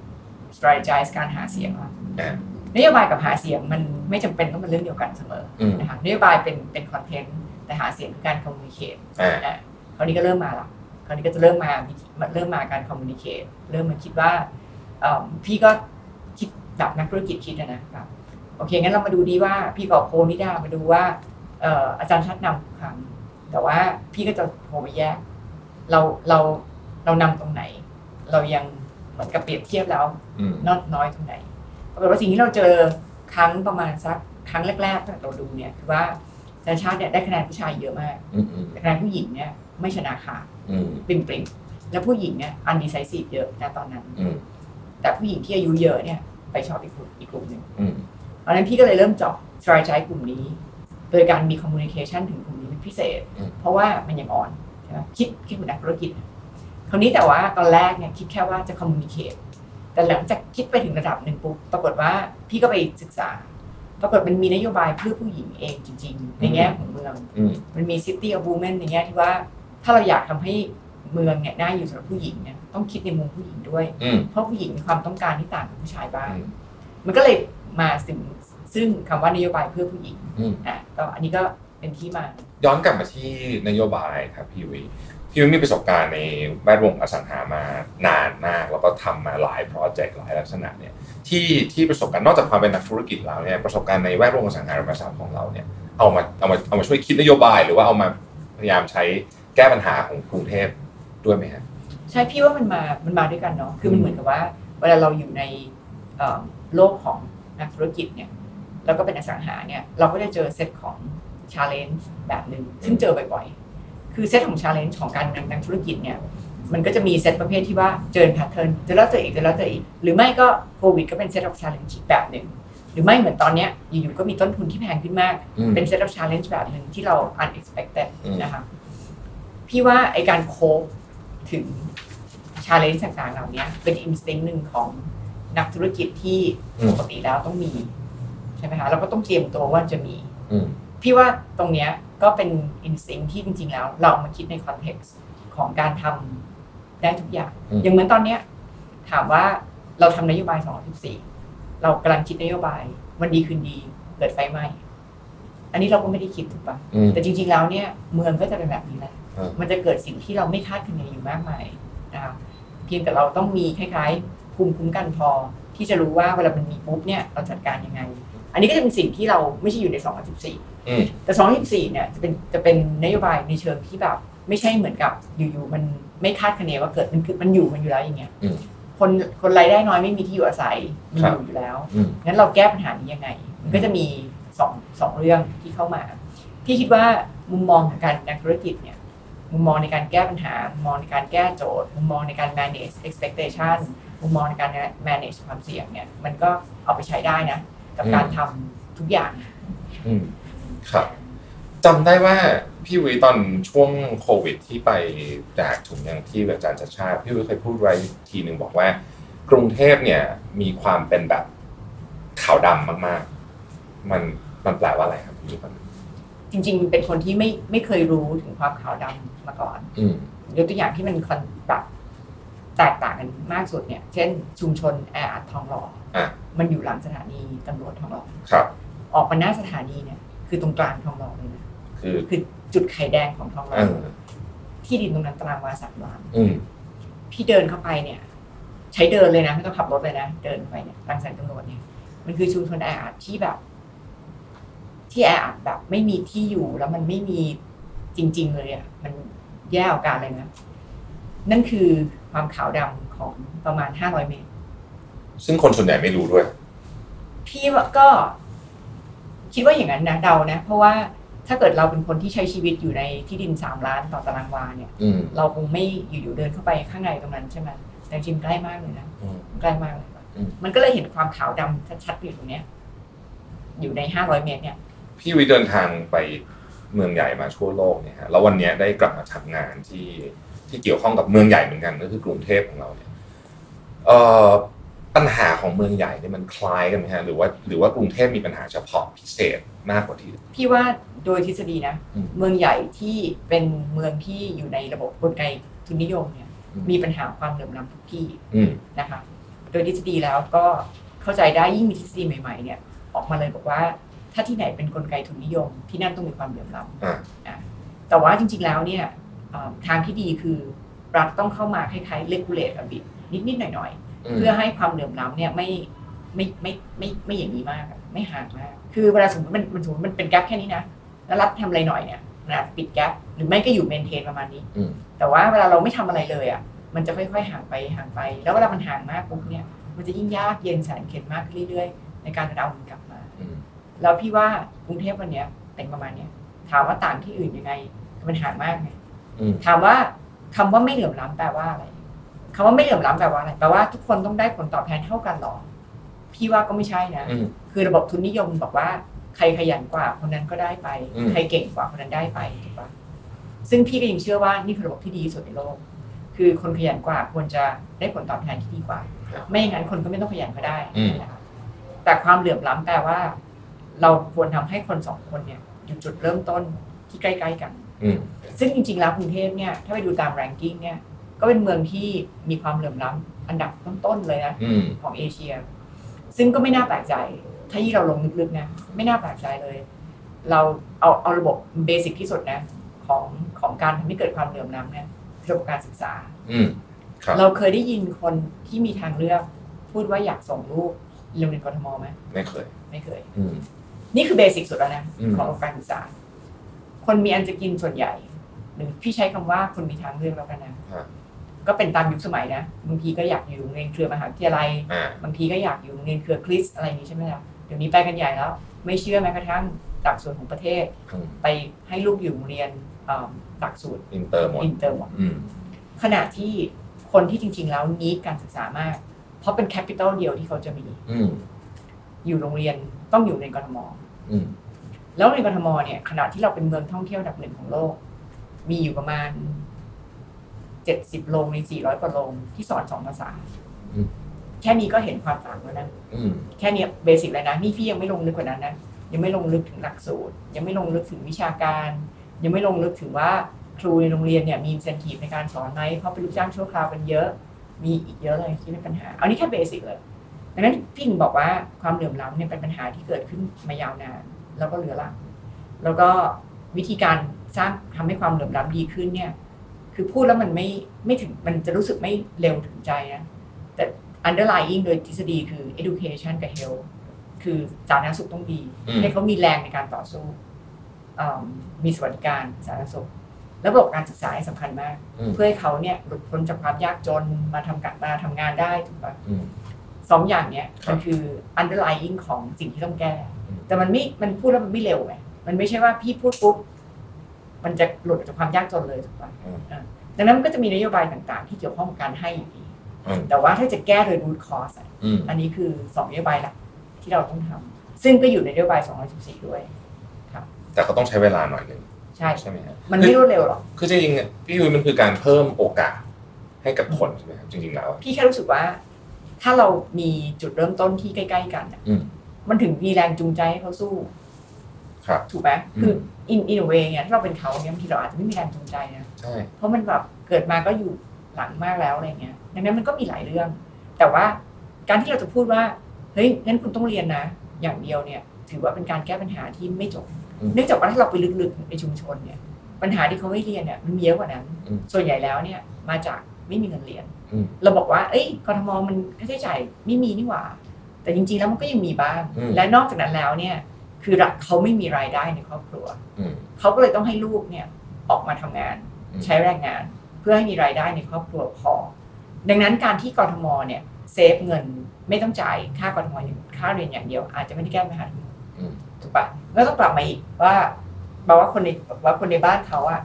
[SPEAKER 1] strategize การหาเสียงละ
[SPEAKER 2] อ่าน
[SPEAKER 1] โยบายกับหาเสียงมันไม่จำเป็นต้องเป็นเรื่องเดียวกันเสมอ
[SPEAKER 2] อืม
[SPEAKER 1] นะคะนโยบายเป็นเป็นคอนเทนต์แต่หาเสียงคือการ communicate
[SPEAKER 2] อ่า
[SPEAKER 1] อ่ะคราวนี้ก็เริ่มมาละคราวนี้ก็จะเริ่มมาวิธีเริ่มมาการ communicate เริ่มมาคิดว่าเอิ่มพี่ก็คิดแบบนักธุรกิจคิดอะนะแบบโอเคงั้นเรามาดูดีว่าพี่กับโพลนิดามาดูว่าเอ่ออาจารย์ชัดนำทุกครั้งแต่ว่าพี่ก็จะโทรไปแยก เราเราเรานำตรงไหน เรายังเหมือนกับเปรียบเทียบแล้ว
[SPEAKER 2] อืม
[SPEAKER 1] นอดน้อยตรงไหนปรากฏว่าสิ่งที่เราเจอครั้งประมาณสักครั้งแรกๆที่เราดูเนี่ยคือว่าอาจารย์ชาติเนี่ยได้คะแนนผู้ชายเยอะมาก
[SPEAKER 2] อืมอืม
[SPEAKER 1] แต่คะแนนผู้หญิงเนี่ยไม่ชนะขาด
[SPEAKER 2] อืม
[SPEAKER 1] ปริมปริมๆแล้วผู้หญิงเนี่ยอันดีไซซีฟเยอะนะตอนนั้น
[SPEAKER 2] อืม
[SPEAKER 1] แต่ผู้หญิงที่อายุเยอะเนี่ยไปชอบอีกกลุ่มอีกกลุ่มหนึ่ง
[SPEAKER 2] อืม
[SPEAKER 1] ตอนนั้นพี่ก็เลยเริ่มเจาะ s t r a t e g i กลุ่มนี้ โดยการมี communication ถึงกลุ่มนี้เป็นพิเศษ เพราะว่ามันยังอ่อนใช่ไหมคิดคิดเหมือนนักธุรกิจอะคราวนี้แต่ว่าตอนแรกเนี่ยคิดแค่ว่าจะ communicate แต่หลังจากคิดไปถึงระดับหนึ่งปุ๊บปรากฏว่าพี่ก็ไปศึกษา ปรากฏมันมีนโยบายเพื่อผู้หญิงเองจริง ๆ ในแง่ของเมือง
[SPEAKER 2] อืม
[SPEAKER 1] มันมี City of Women ในแง่ที่ว่า ถ้าเราอยากทำให้เมืองเนี่ยน่าอยู่สำหรับผู้หญิงเนี่ยต้องคิดในมุมผู้หญิงด้วย
[SPEAKER 2] อืม
[SPEAKER 1] เพราะผู้หญิงมีความต้องการที่ต่างกับผู้ชายบ้าง
[SPEAKER 2] อืม
[SPEAKER 1] มันก็เลยมาถึงซึ่งคำว่านโยบายเพื่อผู้หญิง
[SPEAKER 2] อืม
[SPEAKER 1] อ่ะก็อันนี้ก็เป็นที่มา
[SPEAKER 2] ย้อนกลับมาที่นโยบายครับพี่วิพี่วิมีประสบการณ์ในแวดวงอสังหามานานมาก แล้วก็ทำมาหลายโปรเจกต์หลายลักษณะเนี่ยที่ที่ประสบการณ์นอกจากความเป็นนักธุรกิจแล้วเนี่ยประสบการณ์ในแวดวงอสังหาริมทรัพย์ของเราเนี่ยเอามาเอามาเอามาช่วยคิดนโยบาย หรือว่าเอามาพยายามใช้แก้ปัญหาของกรุงเทพด้วยไหมฮะ
[SPEAKER 1] ใช่พี่ว่ามันมา มันมาด้วยกันเนาะ คือมัน
[SPEAKER 2] อืม
[SPEAKER 1] เหมือนกับว่า เวลาเราอยู่ในเอ่อโลกของนักธุรกิจเนี่ย แล้วก็เป็นอสังหาเนี่ย เราก็จะเจอเซตของชาเลนจ์แบบหนึ่งซึ่งเจอบ่อยๆ คือเซตของชาเลนจ์ของการเป็นนักธุรกิจเนี่ย มันก็จะมีเซตประเภทที่ว่าเจอแพทเทิร์นเจอแล้วเจออีกเจอแล้วเจออีก หรือไม่ก็โควิดก็เป็นเซตของชาเลนจ์แบบหนึ่ง หรือไม่เหมือนตอนเนี้ยอยู่ๆก็มีต้นทุนที่แพงขึ้นมาก
[SPEAKER 2] อืม
[SPEAKER 1] เป็น set of challenge แบบหนึ่งที่เรา unexpected
[SPEAKER 2] อืม
[SPEAKER 1] นะคะพี่ว่าไอการโคบถึง challenge ต่างๆเหล่านี้เป็นอินสติ้งหนึ่งของนักธุรกิจที่ปกติแล้วต้องมี ใช่ไหมคะเราก็ต้องเตรียมตัวว่าจะมี
[SPEAKER 2] อืม
[SPEAKER 1] พี่ว่าตรงเนี้ยก็เป็นอินสติ้งที่จริง ๆ แล้ว เรามาคิดในคอนเท็กซ์ของการทำได้ทุกอย่าง อย่างเหมือนตอนเนี้ยถามว่าเราทำนโยบาย 214 เรากำลังคิดนโยบาย วันดีคืนดีเกิดไฟไหม้อันนี้เราก็ไม่ได้คิดถูกปะ
[SPEAKER 2] อืม
[SPEAKER 1] แต่จริง ๆ แล้วเนี่ยเมืองก็จะเป็นแบบนี้แหละ
[SPEAKER 2] ครับ
[SPEAKER 1] มันจะเกิดสิ่งที่เราไม่คาดคะเนอยู่มากมายนะคะเพียงแต่เราต้องมีคล้ายๆภูมิคุ้มกันพอ ที่จะรู้ว่าเวลามันมีปุ๊บเนี่ยเราจัดการยังไง อันนี้ก็จะเป็นสิ่งที่เราไม่ใช่อยู่ใน 214
[SPEAKER 2] อืม
[SPEAKER 1] แต่ 224 เนี่ยจะเป็นจะเป็นนโยบายในเชิงที่แบบ ไม่ใช่เหมือนกับอยู่ๆมันไม่คาดคะเนว่าเกิดมันคือมันอยู่มันอยู่แล้วอย่างเงี้ย
[SPEAKER 2] อืม
[SPEAKER 1] คนคนรายได้น้อยไม่มีที่อยู่อาศัยมัน
[SPEAKER 2] ครั
[SPEAKER 1] อบ ยู่อยู่แล้ว
[SPEAKER 2] อืม
[SPEAKER 1] งั้นเราแก้ปัญหานี้ยังไง มันก็จะมีสองสองเรื่องที่เข้ามาพี่คิดว่ามุมมองของการนักธุรกิจเนี่ยมุมมองในการแก้ปัญหามุมมองในการแก้โจทย์ มุมมองในการ manage expectation มุมมองในการ manage ความเสี่ยงเนี่ยมันก็เอาไปใช้ได้นะกับการ
[SPEAKER 2] อืม
[SPEAKER 1] ทำทุกอย่าง
[SPEAKER 2] อืมครับจำได้ว่าพี่วิตอนช่วงโควิดที่ไปแจกถุงยางที่อาจารย์ชัดชาติพี่วิเคยพูดไว้ทีหนึ่งบอกว่า กรุงเทพเนี่ยมีความเป็นแบบขาวดำมากๆ มันมันแปลว่าอะไรครับพี่วิครับ
[SPEAKER 1] จริงๆ เป็นคนที่ไม่ไม่เคยรู้ถึงความขาวดำมาก่อน
[SPEAKER 2] อืม
[SPEAKER 1] ยกตัวอย่างที่มันคอนแบบแตกต่างกันมากสุดเนี่ย เช่น ชุมชนแออัดทองหล่ออะ มันอยู่หลังสถานีตำรวจทองหล่อ
[SPEAKER 2] ครับ
[SPEAKER 1] ออกมาหน้าสถานีเนี่ย คือตรงกลางทองหล่อเลยนะ
[SPEAKER 2] คือ
[SPEAKER 1] คือจุดไข่แดงของทองหล่
[SPEAKER 2] เอ
[SPEAKER 1] อ
[SPEAKER 2] อ
[SPEAKER 1] ที่ดินตรงนั้นตารางวาสามล้าน
[SPEAKER 2] อืม
[SPEAKER 1] พี่เดินเข้าไปเนี่ย ใช้เดินเลยนะ ไม่ต้องขับรถเลยนะ เดินเข้าไปเนี่ยหลังสถานีตำรวจเนี่ย มันคือชุมชนแออัดที่แบบ ที่แออัดแบบ ไม่มีที่อยู่แล้วมันไม่มีจริง ๆ เลยอ่ะมันแย่เอาการเลยนะนั่นคือความขาวดำของประมาณห้าร้อยเมตร
[SPEAKER 2] ซึ่งคนส่วนใหญ่ไม่รู้ด้วย
[SPEAKER 1] พี่ว่าก็ คิดว่าอย่างนั้นนะเดานะ เพราะว่าถ้าเกิดเราเป็นคนที่ใช้ชีวิตอยู่ในที่ดินสามล้านต่อตารางวาเนี่ย
[SPEAKER 2] อืม
[SPEAKER 1] เราคงไม่อยู่ๆเดินเข้าไปข้างในตรงนั้นใช่ไหมแต่จริงใกล้มากเลยนะ
[SPEAKER 2] อืม
[SPEAKER 1] ใกล้มากเลย
[SPEAKER 2] อืม
[SPEAKER 1] มันก็เลยเห็นความขาวดำชัดๆอยู่ตรงเนี้ย อยู่ในห้าร้อยเมตรเนี่ย
[SPEAKER 2] พี่วิเดินทางไปเมืองใหญ่มาทั่วโลกเนี่ยฮะแล้ววันเนี้ยได้กลับมาทำงานที่ที่เกี่ยวข้องกับเมืองใหญ่เหมือนกันก็คือกรุงเทพของเราเนี่ยเอ่อปัญหาของเมืองใหญ่เนี่ยมันคล้ายกันไหมฮะหรือว่าหรือว่ากรุงเทพมีปัญหาเฉพาะพิเศษมากกว่าที่อื่น
[SPEAKER 1] พี่ว่าโดยทฤษฎีนะ
[SPEAKER 2] อืม
[SPEAKER 1] เมืองใหญ่ที่เป็นเมืองที่อยู่ในระบบกลไกทุนนิยมเนี่ย มีปัญหาความเหลื่อมล้ำทุกที่
[SPEAKER 2] อืม
[SPEAKER 1] นะคะ โดยทฤษฎีแล้วก็เข้าใจได้ยิ่งมีทฤษฎีใหม่ๆ เนี่ย ออกมาเลยบอกว่า ถ้าที่ไหนเป็นกลไกทุนนิยม ที่นั่นต้องมีความเหลื่อมล้ำ
[SPEAKER 2] อ่า
[SPEAKER 1] แต่ว่าจริงๆ แล้วเนี่ยเอ่อทางที่ดีคือรัฐต้องเข้ามาคล้ายๆ regulate a bit นิดๆ หน่อยๆ เพื่อให้ความเหลื่อมล้ำเนี่ยไม่ไม่ไม่ไม่ไม่ไม่อย่างนี้มากอะไม่ห่างมาก คือเวลาสมมติมันมันสมมติมันเป็นแกลแค่นี้นะ แล้วรัฐทำอะไรหน่อยเนี่ยมันอาจจะปิดแกลหรือไม่ก็อยู่เมนเทนประมาณนี้
[SPEAKER 2] อืม
[SPEAKER 1] แต่ว่าเวลาเราไม่ทำอะไรเลยอ่ะมันจะค่อยๆ ห่างไปห่างไป แล้วเวลามันห่างมากปุ๊บเนี่ยมันจะยิ่งยากเย็นแสนเข็ญมากขึ้นเรื่อยๆ ในการจะเอามันกลับมา
[SPEAKER 2] อืม
[SPEAKER 1] แล้วพี่ว่ากรุงเทพวันเนี้ยเป็นประมาณเนี้ยถามว่าต่างที่อื่นยังไงมันห่างมากไง
[SPEAKER 2] อืม
[SPEAKER 1] ถามว่าคำว่าไม่เหลื่อมล้ำแปลว่าอะไรคำว่าไม่เหลื่อมล้ำแปลว่าอะไรแปลว่าทุกคนต้องได้ผลตอบแทนเท่ากันหรอพี่ว่าก็ไม่ใช่นะ
[SPEAKER 2] อืม
[SPEAKER 1] คือระบบทุนนิยมบอกว่าใครขยันกว่าคนนั้นก็ได้ไป
[SPEAKER 2] อืม
[SPEAKER 1] ใครเก่งกว่าคนนั้นได้ไปถูกปะซึ่งพี่ก็ยังเชื่อว่านี่คือระบบที่ดีที่สุดในโลก คือคนขยันกว่าควรจะได้ผลตอบแทนที่ดีกว่า ไม่อย่างนั้นคนก็ไม่ต้องขยันก็ได้นะคะแต่ความเหลื่อมล้ำแปลว่า เราควรทำให้คนสองคนเนี่ยอยู่จุดเริ่มต้นที่ใกล้ๆกัน
[SPEAKER 2] อืม
[SPEAKER 1] ซึ่งจริงๆแล้วกรุงเทพเนี่ยถ้าไปดูตามแรงกิ้งเนี่ยก็เป็นเมืองที่มีความเหลื่อมล้ำอันดับต้นๆเลยนะ
[SPEAKER 2] อืม
[SPEAKER 1] ของเอเชีย ซึ่งก็ไม่น่าแปลกใจ ถ้าที่เราลงลึกๆนะ ไม่น่าแปลกใจเลย เราเอาเอาระบบเบสิกที่สุดนะ ของของการทำให้เกิดความเหลื่อมล้ำเนี่ยคือระบบการศึกษา
[SPEAKER 2] อืม ครับ
[SPEAKER 1] เราเคยได้ยินคนที่มีทางเลือก พูดว่าอยากส่งลูกเรียนในกรทมไหม
[SPEAKER 2] ไม่เคย
[SPEAKER 1] ไม่เคย
[SPEAKER 2] อืม
[SPEAKER 1] นี่คือเบสิกสุดแล้วนะ
[SPEAKER 2] อืม
[SPEAKER 1] ของระบบการศึกษา คนมีอันจะกินส่วนใหญ่ หรือพี่ใช้คำว่าคนมีทางเลือกแล้วกันนะ
[SPEAKER 2] อ่า
[SPEAKER 1] ก็เป็นตามยุคสมัยนะบางทีก็อยากอยู่โรงเรียนเครือมหาวิทยาลัย
[SPEAKER 2] อ่า
[SPEAKER 1] บางทีก็อยากอยู่โรงเรียนเครือคริสต์อะไรอย่างนี้ใช่ไหมล่ะเดี๋ยวนี้ไปกันใหญ่แล้ว ไม่เชื่อแม้กระทั่งต่างส่วนของประเทศ
[SPEAKER 2] อืม
[SPEAKER 1] ไปให้ลูกอยู่โรงเรียนเอิ่มหลักสูตร
[SPEAKER 2] อินเตอร์หมด
[SPEAKER 1] อินเตอร์หมด
[SPEAKER 2] อืม
[SPEAKER 1] ขณะที่คนที่จริง ๆ แล้วนี้การศึกษามาก เพราะเป็นแคปิตอลเดียวที่เขาจะมี
[SPEAKER 2] อืม
[SPEAKER 1] อยู่โรงเรียนต้องอยู่ในกรทม
[SPEAKER 2] อืม
[SPEAKER 1] แล้วในกรทมเนี่ยขณะที่เราเป็นเมืองท่องเที่ยวอันดับหนึ่งของโลก มีอยู่ประมาณเจ็ดสิบโรงในสี่ร้อยกว่าโรงที่สอนสองภาษาแค่นี้ก็เห็นความต่างแล้วนะ
[SPEAKER 2] อืม
[SPEAKER 1] แค่เนี้เบสิกแล้วนะนี่พี่ยังไม่ลงลึกกว่านั้นนะยังไม่ลงลึกถึงหลักสูตร ยังไม่ลงลึกถึงวิชาการ ยังไม่ลงลึกถึงว่าครูในโรงเรียนเนี่ยมี incentive ในการสอนไหมเพราะเป็นลูกจ้างชั่วคราวกันเยอะ มีอีกเยอะเลยที่เป็นปัญหาเอานี่แค่เบสิกเลยดังนั้นพี่ถึงบอกว่าความเหลื่อมล้ำเนี่ยเป็นปัญหาที่เกิดขึ้นมายาวนาน แล้วก็เหลือหลังแล้วก็วิธีการสร้างทำให้ความเหลื่อมล้ำดีขึ้นเนี่ย คือพูดแล้วมันไม่ไม่ถึงมันจะรู้สึกไม่เร็วถึงใจนะ แต่ underlying โดยทฤษฎีคือ education กับ health คือสาธารณสุขต้องดี
[SPEAKER 2] อืม
[SPEAKER 1] ให้เขามีแรงในการต่อสู้อืมมีสวัสดิการสาธารณสุข ระบบการศึกษาให้สำคัญมาก
[SPEAKER 2] อืม
[SPEAKER 1] เพื่อให้เขาเนี่ยหลุดพ้นจากความยากจนมาทำกะมาทำงานได้ถูกปะ
[SPEAKER 2] อืม
[SPEAKER 1] สองอย่างเนี้ย
[SPEAKER 2] ครับ
[SPEAKER 1] มันคือ underlying ของสิ่งที่ต้องแก้
[SPEAKER 2] อืม
[SPEAKER 1] แต่มันไม่มันพูดแล้วมันไม่เร็วไงมันไม่ใช่ว่าพี่พูดปุ๊บมันจะหลุดจากความยากจนเลยถูกปะ ดังนั้นมันก็จะมีนโยบายต่างๆ ที่เกี่ยวข้องกับการให้อยู่ดี
[SPEAKER 2] อืม
[SPEAKER 1] แต่ว่าถ้าจะแก้โดย root cause อะ
[SPEAKER 2] อืม
[SPEAKER 1] อันนี้คือ 2 นโยบายหลักที่เราต้องทำ ซึ่งก็อยู่ในนโยบาย 214 ด้วย
[SPEAKER 2] แต่ก็ต้องใช้เวลาหน่อยหนึ่ง
[SPEAKER 1] ใช่
[SPEAKER 2] ใช่ไหมฮะ
[SPEAKER 1] มันไม่รวดเร็วหรอก
[SPEAKER 2] คือจริงๆอ่ะพี่ยุ้ยมันคือการเพิ่มโอกาสให้กับคนใช่ไหมครับจริงๆแล้วอ่ะ
[SPEAKER 1] พี่แค่รู้สึกว่า ถ้าเรามีจุดเริ่มต้นที่ใกล้ ๆ กันอะ
[SPEAKER 2] อืม
[SPEAKER 1] มันถึงมีแรงจูงใจให้เขาสู้
[SPEAKER 2] ครับ
[SPEAKER 1] ถูกไหม
[SPEAKER 2] อืม
[SPEAKER 1] คือ in in a way เนี่ยถ้าเราเป็นเขาเนี่ยบางทีเราอาจจะไม่มีแรงจูงใจนะ
[SPEAKER 2] ใช่
[SPEAKER 1] เพราะมันแบบเกิดมาก็อยู่หลังมากแล้วอะไรเงี้ย ดังนั้นมันก็มีหลายเรื่อง แต่ว่าการที่เราจะพูดว่า เฮ้ย งั้นคุณต้องเรียนนะ อย่างเดียวเนี่ย ถือว่าเป็นการแก้ปัญหาที่ไม่จบ
[SPEAKER 2] อืม
[SPEAKER 1] เนื่องจากว่าถ้าเราไปลึกๆในชุมชนเนี่ย ปัญหาที่เขาไม่เรียนเนี่ยมันมีเยอะกว่านั้น
[SPEAKER 2] อืม
[SPEAKER 1] ส่วนใหญ่แล้วเนี่ยมาจากไม่มีเงินเรียน
[SPEAKER 2] อืม
[SPEAKER 1] เราบอกว่า เอ้ย กทมมันค่าใช้จ่ายไม่มีนี่หว่า แต่จริงๆแล้วมันก็ยังมีบ้าง
[SPEAKER 2] อืม
[SPEAKER 1] และนอกจากนั้นแล้วเนี่ย คือเขาไม่มีรายได้ในครอบครัว
[SPEAKER 2] อืม
[SPEAKER 1] เขาก็เลยต้องให้ลูกเนี่ยออกมาทำงาน
[SPEAKER 2] อืม
[SPEAKER 1] ใช้แรงงาน เพื่อให้มีรายได้ในครอบครัวพอ ดังนั้นการที่กรทมเนี่ยเซฟเงินไม่ต้องจ่ายค่ากรทมอย่างค่าเรียนอย่างเดียว อาจจะไม่ได้แก้ปัญหา
[SPEAKER 2] อืม
[SPEAKER 1] ถูก บาทก็ต้องกลับมาอีกว่าแปลว่าคนในว่าคนในบ้านเขาอะ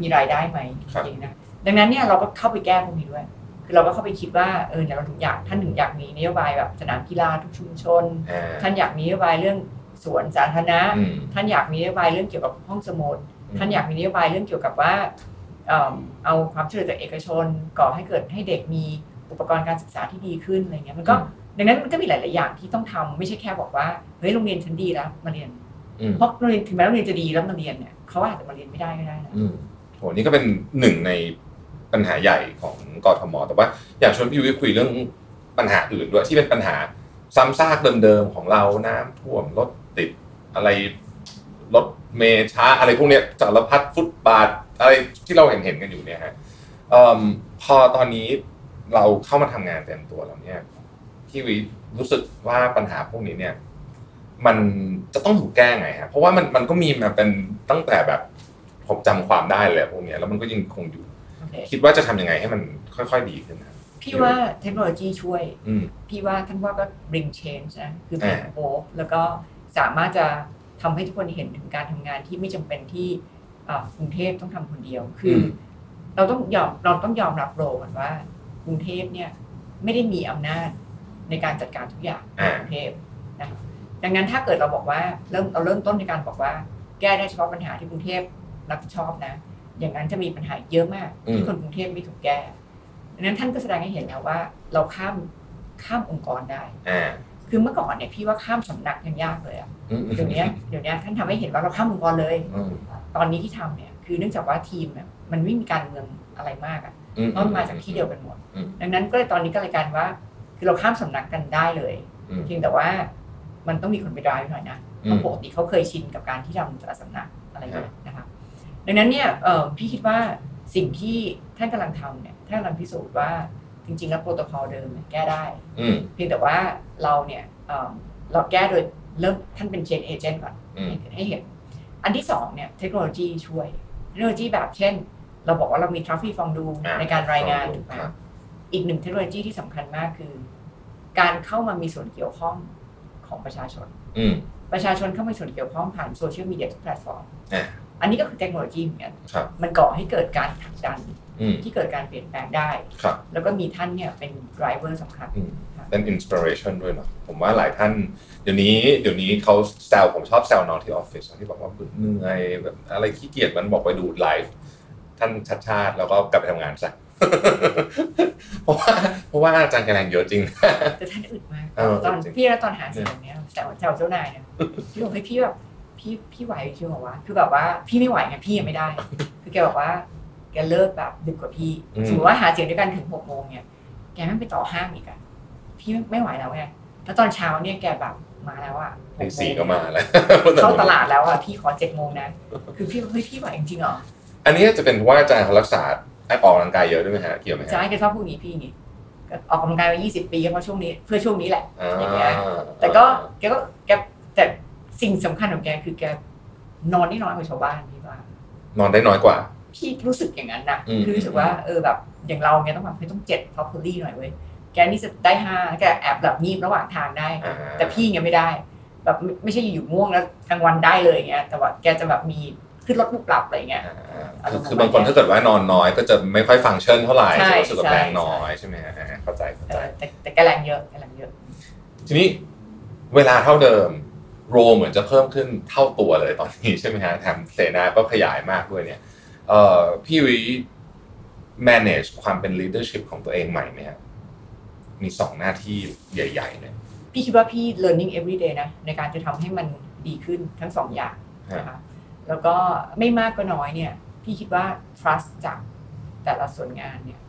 [SPEAKER 1] มีรายได้ไหม
[SPEAKER 2] ครับ
[SPEAKER 1] อย่างนี้นะดังนั้นเนี่ยเราก็เข้าไปแก้ตรงนี้ด้วย คือเราก็เข้าไปคิดว่าเออเนี่ยเราถึงอยากท่านถึงอยากมีนโยบายแบบสนามกีฬาทุกชุมชน
[SPEAKER 2] อ่า
[SPEAKER 1] ท่านอยากมีนโยบายเรื่องสวนสาธารณะ
[SPEAKER 2] อืม
[SPEAKER 1] ท่านอยากมีนโยบายเรื่องเกี่ยวกับห้องสมุด ท่านอยากมีนโยบายเรื่องเกี่ยวกับว่าเอิ่มเอาความช่วยเหลือจากเอกชนก่อให้เกิดให้เด็กมีอุปกรณ์การศึกษาที่ดีขึ้นอะไรเงี้ยมันก็
[SPEAKER 2] อืม
[SPEAKER 1] ดังนั้นมันก็มีหลาย ๆ อย่างที่ต้องทำไม่ใช่แค่บอกว่าเฮ้ยโรงเรียนฉันดีแล้วมาเรียน
[SPEAKER 2] อืม
[SPEAKER 1] เพราะโรงเรียนถึงแม้โรงเรียนจะดีแล้วมาเรียนเนี่ยเขาอาจจะมาเรียนไม่ได้ก็ได้นะ
[SPEAKER 2] อืมโหนี่ก็เป็นหนึ่งในปัญหาใหญ่ของกทมแต่ว่าอยากชวนพี่วิวคุยเรื่องปัญหาอื่นด้วยที่เป็นปัญหาซ้ำซากเดิมๆของเราน้ำท่วมรถติดอะไรรถเมล์ช้าอะไรพวกเนี้ยสารพัดฟุตบาทอะไรที่เราเห็นเห็นๆกันอยู่เนี่ยฮะเอิ่มพอตอนนี้เราเข้ามาทำงานเต็มตัวแล้วเนี่ยพี่วิรู้สึกว่าปัญหาพวกนี้เนี่ย มันจะต้องถูกแก้ไงฮะเพราะว่ามันมันก็มีมาเป็นตั้งแต่แบบผมจำความได้เลยพวกเนี้ยแล้วมันก็ยังคงอยู่
[SPEAKER 1] โอเค
[SPEAKER 2] คิดว่าจะทำยังไงให้มันค่อยๆดีขึ้นนะ
[SPEAKER 1] พี่ว่าเทคโนโลยีช่วย
[SPEAKER 2] อืม
[SPEAKER 1] พี่ว่าท่านว่าก็ bring change นะ คือเปลี่ยน
[SPEAKER 2] อ่า
[SPEAKER 1] โ e แล้วก็สามารถจะทำให้ทุกคนเห็นถึงการทำงานที่ไม่จำเป็นที่เอ่อกรุงเทพต้องทำคนเดียว คืออ
[SPEAKER 2] ม
[SPEAKER 1] เราต้องยอมเราต้องยอมรับโรลก่อนว่ากรุงเทพเนี่ยไม่ได้มีอำนาจในการจัดการทุกอย่างใน
[SPEAKER 2] อ่าก
[SPEAKER 1] รุงเทพนะดังนั้นถ้าเกิดเราบอกว่าเริ่มเราเริ่มต้นในการบอกว่า แก้ได้เฉพาะปัญหาที่กรุงเทพรับผิดชอบนะ อย่างนั้นจะมีปัญหาเยอะมาก
[SPEAKER 2] อืม
[SPEAKER 1] ที่คนกรุงเทพไม่ถูกแก้ดังนั้นท่านก็แสดงให้เห็นแล้วว่า เราข้ามข้ามองค์กรได้
[SPEAKER 2] อ่า
[SPEAKER 1] คือเมื่อก่อนเนี่ยพี่ว่าข้ามสำนักยังยากเลยอะ
[SPEAKER 2] อืม
[SPEAKER 1] เดี๋ยวเนี้ยเดี๋ยวเนี้ยท่านทำให้เห็นว่าเราข้ามองค์กรเลย
[SPEAKER 2] อืม
[SPEAKER 1] ตอนนี้ที่ทำเนี่ยคือเนื่องจากว่าทีมเนี่ยมันไม่มีการเมืองอะไรมากอะ
[SPEAKER 2] อื
[SPEAKER 1] เพราะมันมาจากที่เดียวกันหมด
[SPEAKER 2] อืม
[SPEAKER 1] ดังนั้นก็เลยตอนนี้ก็เลยกลารว่า คือเราข้ามสำนักกันได้เลย
[SPEAKER 2] อืม
[SPEAKER 1] เพียงแต่ว่ามันต้องมีคนไปดรายหน่อยนะ
[SPEAKER 2] อื
[SPEAKER 1] เพ
[SPEAKER 2] ม
[SPEAKER 1] ราะปกติเขาเคยชินกับการที่ทำแต่ละสำนักอะไรอย่างเงี้ยนะคะดังนั้นเนี่ยเอ่อพี่คิดว่าสิ่งที่ท่านกำลังทำเนี่ยท่านกำลังพิสูจน์ว่าจริงๆแล้วโปรโตคอลเดิมเนี่ยแก้ได้
[SPEAKER 2] อืม
[SPEAKER 1] เพียงแต่ว่าเราเนี่ยเอ่อเราแก้โดยเริ่มท่านเป็น change agent ก่อน
[SPEAKER 2] อืม
[SPEAKER 1] ให้เห็น อันที่สองเนี่ยเทคโนโลยีช่วย เทคโนโลยีแบบเช่น เราบอกว่าเรามี traffic ฟองดู
[SPEAKER 2] อ่า
[SPEAKER 1] ในการรายงาน
[SPEAKER 2] Fondue
[SPEAKER 1] ถูกไหม
[SPEAKER 2] ครับ
[SPEAKER 1] อีกหนึ่งเทคโนโลยีที่สำคัญมากคือ การเข้ามามีส่วนเกี่ยวข้องของประชาชน
[SPEAKER 2] อืม
[SPEAKER 1] ประชาชนเข้ามามีส่วนเกี่ยวข้องผ่านโซเชียลมีเดียทุกแพลตฟอร์ม
[SPEAKER 2] อ่า
[SPEAKER 1] อันนี้ก็คือเทคโนโลยีเหมือนกัน
[SPEAKER 2] ครับ
[SPEAKER 1] มันก่อให้เกิดการผลักดัน
[SPEAKER 2] อืม
[SPEAKER 1] ที่เกิดการเปลี่ยนแปลงได้
[SPEAKER 2] ครับ
[SPEAKER 1] แล้วก็มีท่านเนี่ยเป็น driver สำคัญ
[SPEAKER 2] อืมเป็นอินสปิเรชันด้วยเนาะผมว่าหลายท่าน เดี๋ยวนี้เดี๋ยวนี้เขาแซวผมชอบแซวน้องที่ออฟฟิศที่บอกว่าเบื่อเหนื่อยแบบอะไรขี้เกียจมันบอกไปดูไลฟ์ท่านชัดชาติแล้วก็กลับไปทำงานซะ เพราะว่าเพราะว่าอาจารย์กำลังเยอะจริง
[SPEAKER 1] แต่ท่านอึดมาก
[SPEAKER 2] เออ
[SPEAKER 1] ตอน
[SPEAKER 2] จริง
[SPEAKER 1] พี่แล้วตอนหาเสียงเนี้ยแต่ว่าเจ้าเจ้านายเนี่ยพี่บอกให้ยพี่แบบพี่พี่ไหวจริงเหรอวะคือแบบว่าพี่ไม่ไหวไงพี่ยังไม่ได้ คือแกบอกว่าแกเลิกแบบดึกกว่าพี่
[SPEAKER 2] อืม
[SPEAKER 1] สมมติว่าหาเสียงด้วยกันถึงหกโมงเนี่ยแกไม่งไปต่อห้างอีกอะพี่ไม่ไหวแล้วไงแล้วตอนเช้าเนี่ยแกแบบมาแล้วอะห
[SPEAKER 2] ตี
[SPEAKER 1] โง
[SPEAKER 2] สี่ก็มาแล้ว
[SPEAKER 1] เข้าตลาดแล้วอะพี่ขอเจ็ดโมงนะคือพี่บอกเฮ้ยพี่ไหวจริงๆเหรอ
[SPEAKER 2] อันนี้จะเป็นเพราะว่าอาจารย์เขารักษาไอ้ออกกำลังกายเยอะด้วยไหมฮะเกี่ยวไหมฮะ
[SPEAKER 1] จะให้แกชอบพูดอย่างนี้พี่อย่างนี้ก็ออกกำลังกายมา20 ปีเพราะช่วงนี้เพื่อช่วงนี้แหละ
[SPEAKER 2] อ่า
[SPEAKER 1] อย่างเงี้ย แต่ก็แกก็แกแต่สิ่งสำคัญของแกคือแกนอนได้น้อยกว่าชาวบ้านพี่ว่าน
[SPEAKER 2] อนได้น้อยกว่า
[SPEAKER 1] พี่รู้สึกอย่างนั้นนะ
[SPEAKER 2] อืม
[SPEAKER 1] คือรู้สึกว่าเออแบบอย่างเราเนี่ยต้องแบบไม่ต้องเจ็ดท็อปพลี่หน่อยเว้ยแกนี่จะได้ห้าแล้วแกแอบหลับงีบระหว่างทางได้
[SPEAKER 2] อ่า
[SPEAKER 1] แต่พี่เงี้ยไม่ได้ แบบไม่ไม่ใช่อยู่ง่วงแล้วกลางวันได้เลยอย่างเงี้ยแต่ว่าแกจะแบบมีขึ้นรถปุ๊บหลับอะไรเงี้ย
[SPEAKER 2] อ่า
[SPEAKER 1] อารมณ์
[SPEAKER 2] คือคือบางคนถ้าเกิดว่านอนน้อยก็จะไม่ค่อยฟังก์ชันเท่าไหร่
[SPEAKER 1] ใช่
[SPEAKER 2] จะรู้สึกว่า
[SPEAKER 1] ใช่
[SPEAKER 2] แรงน้อยใช่ไหมฮะอ่าเข้าใจเข้า
[SPEAKER 1] เอ
[SPEAKER 2] ใจ
[SPEAKER 1] อแต่แต่แกแรงเยอะแกแรงเยอะ
[SPEAKER 2] ทีนี้เวลาเท่าเดิม โรเหมือนจะเพิ่มขึ้นเท่าตัวเลยตอนนี้ใช่ไหมฮะแถมเสนาก็ขยายมากด้วยเนี่ยเอ่อพี่วิ manage ความเป็น leadership ของตัวเองใหม่ไหมฮะมีสองหน้าที่ใหญ่ๆเนี่ย
[SPEAKER 1] พี่คิดว่าพี่ learning every day นะในการจะทำให้มันดีขึ้นทั้งสองอย่างนะคะแล้วก็ไม่มากก็น้อยเนี่ย พี่คิดว่า trust จากแต่ละส่วนงานเนี่ย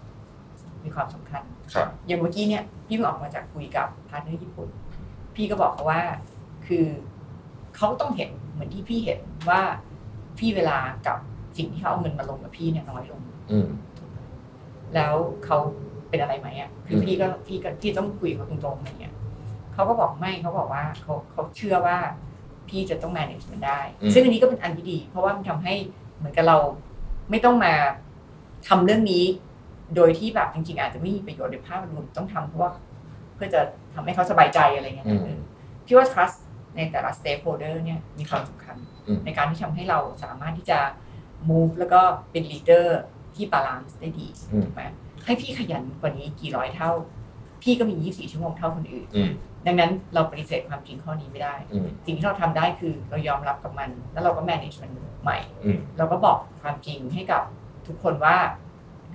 [SPEAKER 1] มีความสำคัญ
[SPEAKER 2] ครับ
[SPEAKER 1] อย่างเมื่อกี้เนี่ยพี่เพิ่งออกมาจากคุยกับพาร์ทเนอร์ญี่ปุ่น พี่ก็บอกเขาว่าคือเขาต้องเห็นเหมือนที่พี่เห็นว่าพี่เวลากับสิ่งที่เขาเอาเงินมาลงกับพี่เนี่ยน้อยลง
[SPEAKER 2] อืม
[SPEAKER 1] แล้วเขาเป็นอะไรไหมอ่ะ คือ
[SPEAKER 2] ม
[SPEAKER 1] พี่ก็พี่ก็พี่ต้องคุยกับเขาตรงๆอะไรเงี้ยเขาก็บอกไม่เขาบอกว่าเขาเขาเชื่อว่าพี่จะต้อง manage มันได้ ซึ่งอันนี้ก็เป็นอันที่ดี เพราะว่ามันทำให้เหมือนกับเราไม่ต้องมาทำเรื่องนี้ โดยที่แบบจริงๆ อาจจะไม่มีประโยชน์ในภาพรวมต้องทำเพราะว่า เพื่อจะทำให้เขาสบายใจอะไรเงี้ย
[SPEAKER 2] อืม
[SPEAKER 1] พี่ว่า trust ใน ในแต่ละ stakeholder เนี่ยมีความสำคัญ
[SPEAKER 2] อืม
[SPEAKER 1] ในการที่ทำให้เราสามารถที่จะ move แล้วก็เป็น leader ที่ balance ได้ดี
[SPEAKER 2] อืม
[SPEAKER 1] ถูกไหมให้พี่ขยันกว่านี้กี่ร้อยเท่า พี่ก็มี 24 ชั่วโมงเท่าคนอื่น
[SPEAKER 2] อืม
[SPEAKER 1] ดังนั้นเราปฏิเสธความจริงข้อนี้ไม่ได้
[SPEAKER 2] อืม
[SPEAKER 1] สิ่งที่เราทำได้คือเรายอมรับกับมัน แล้วเราก็ manage มันใหม่
[SPEAKER 2] อืม
[SPEAKER 1] เราก็บอกความจริงให้กับทุกคนว่า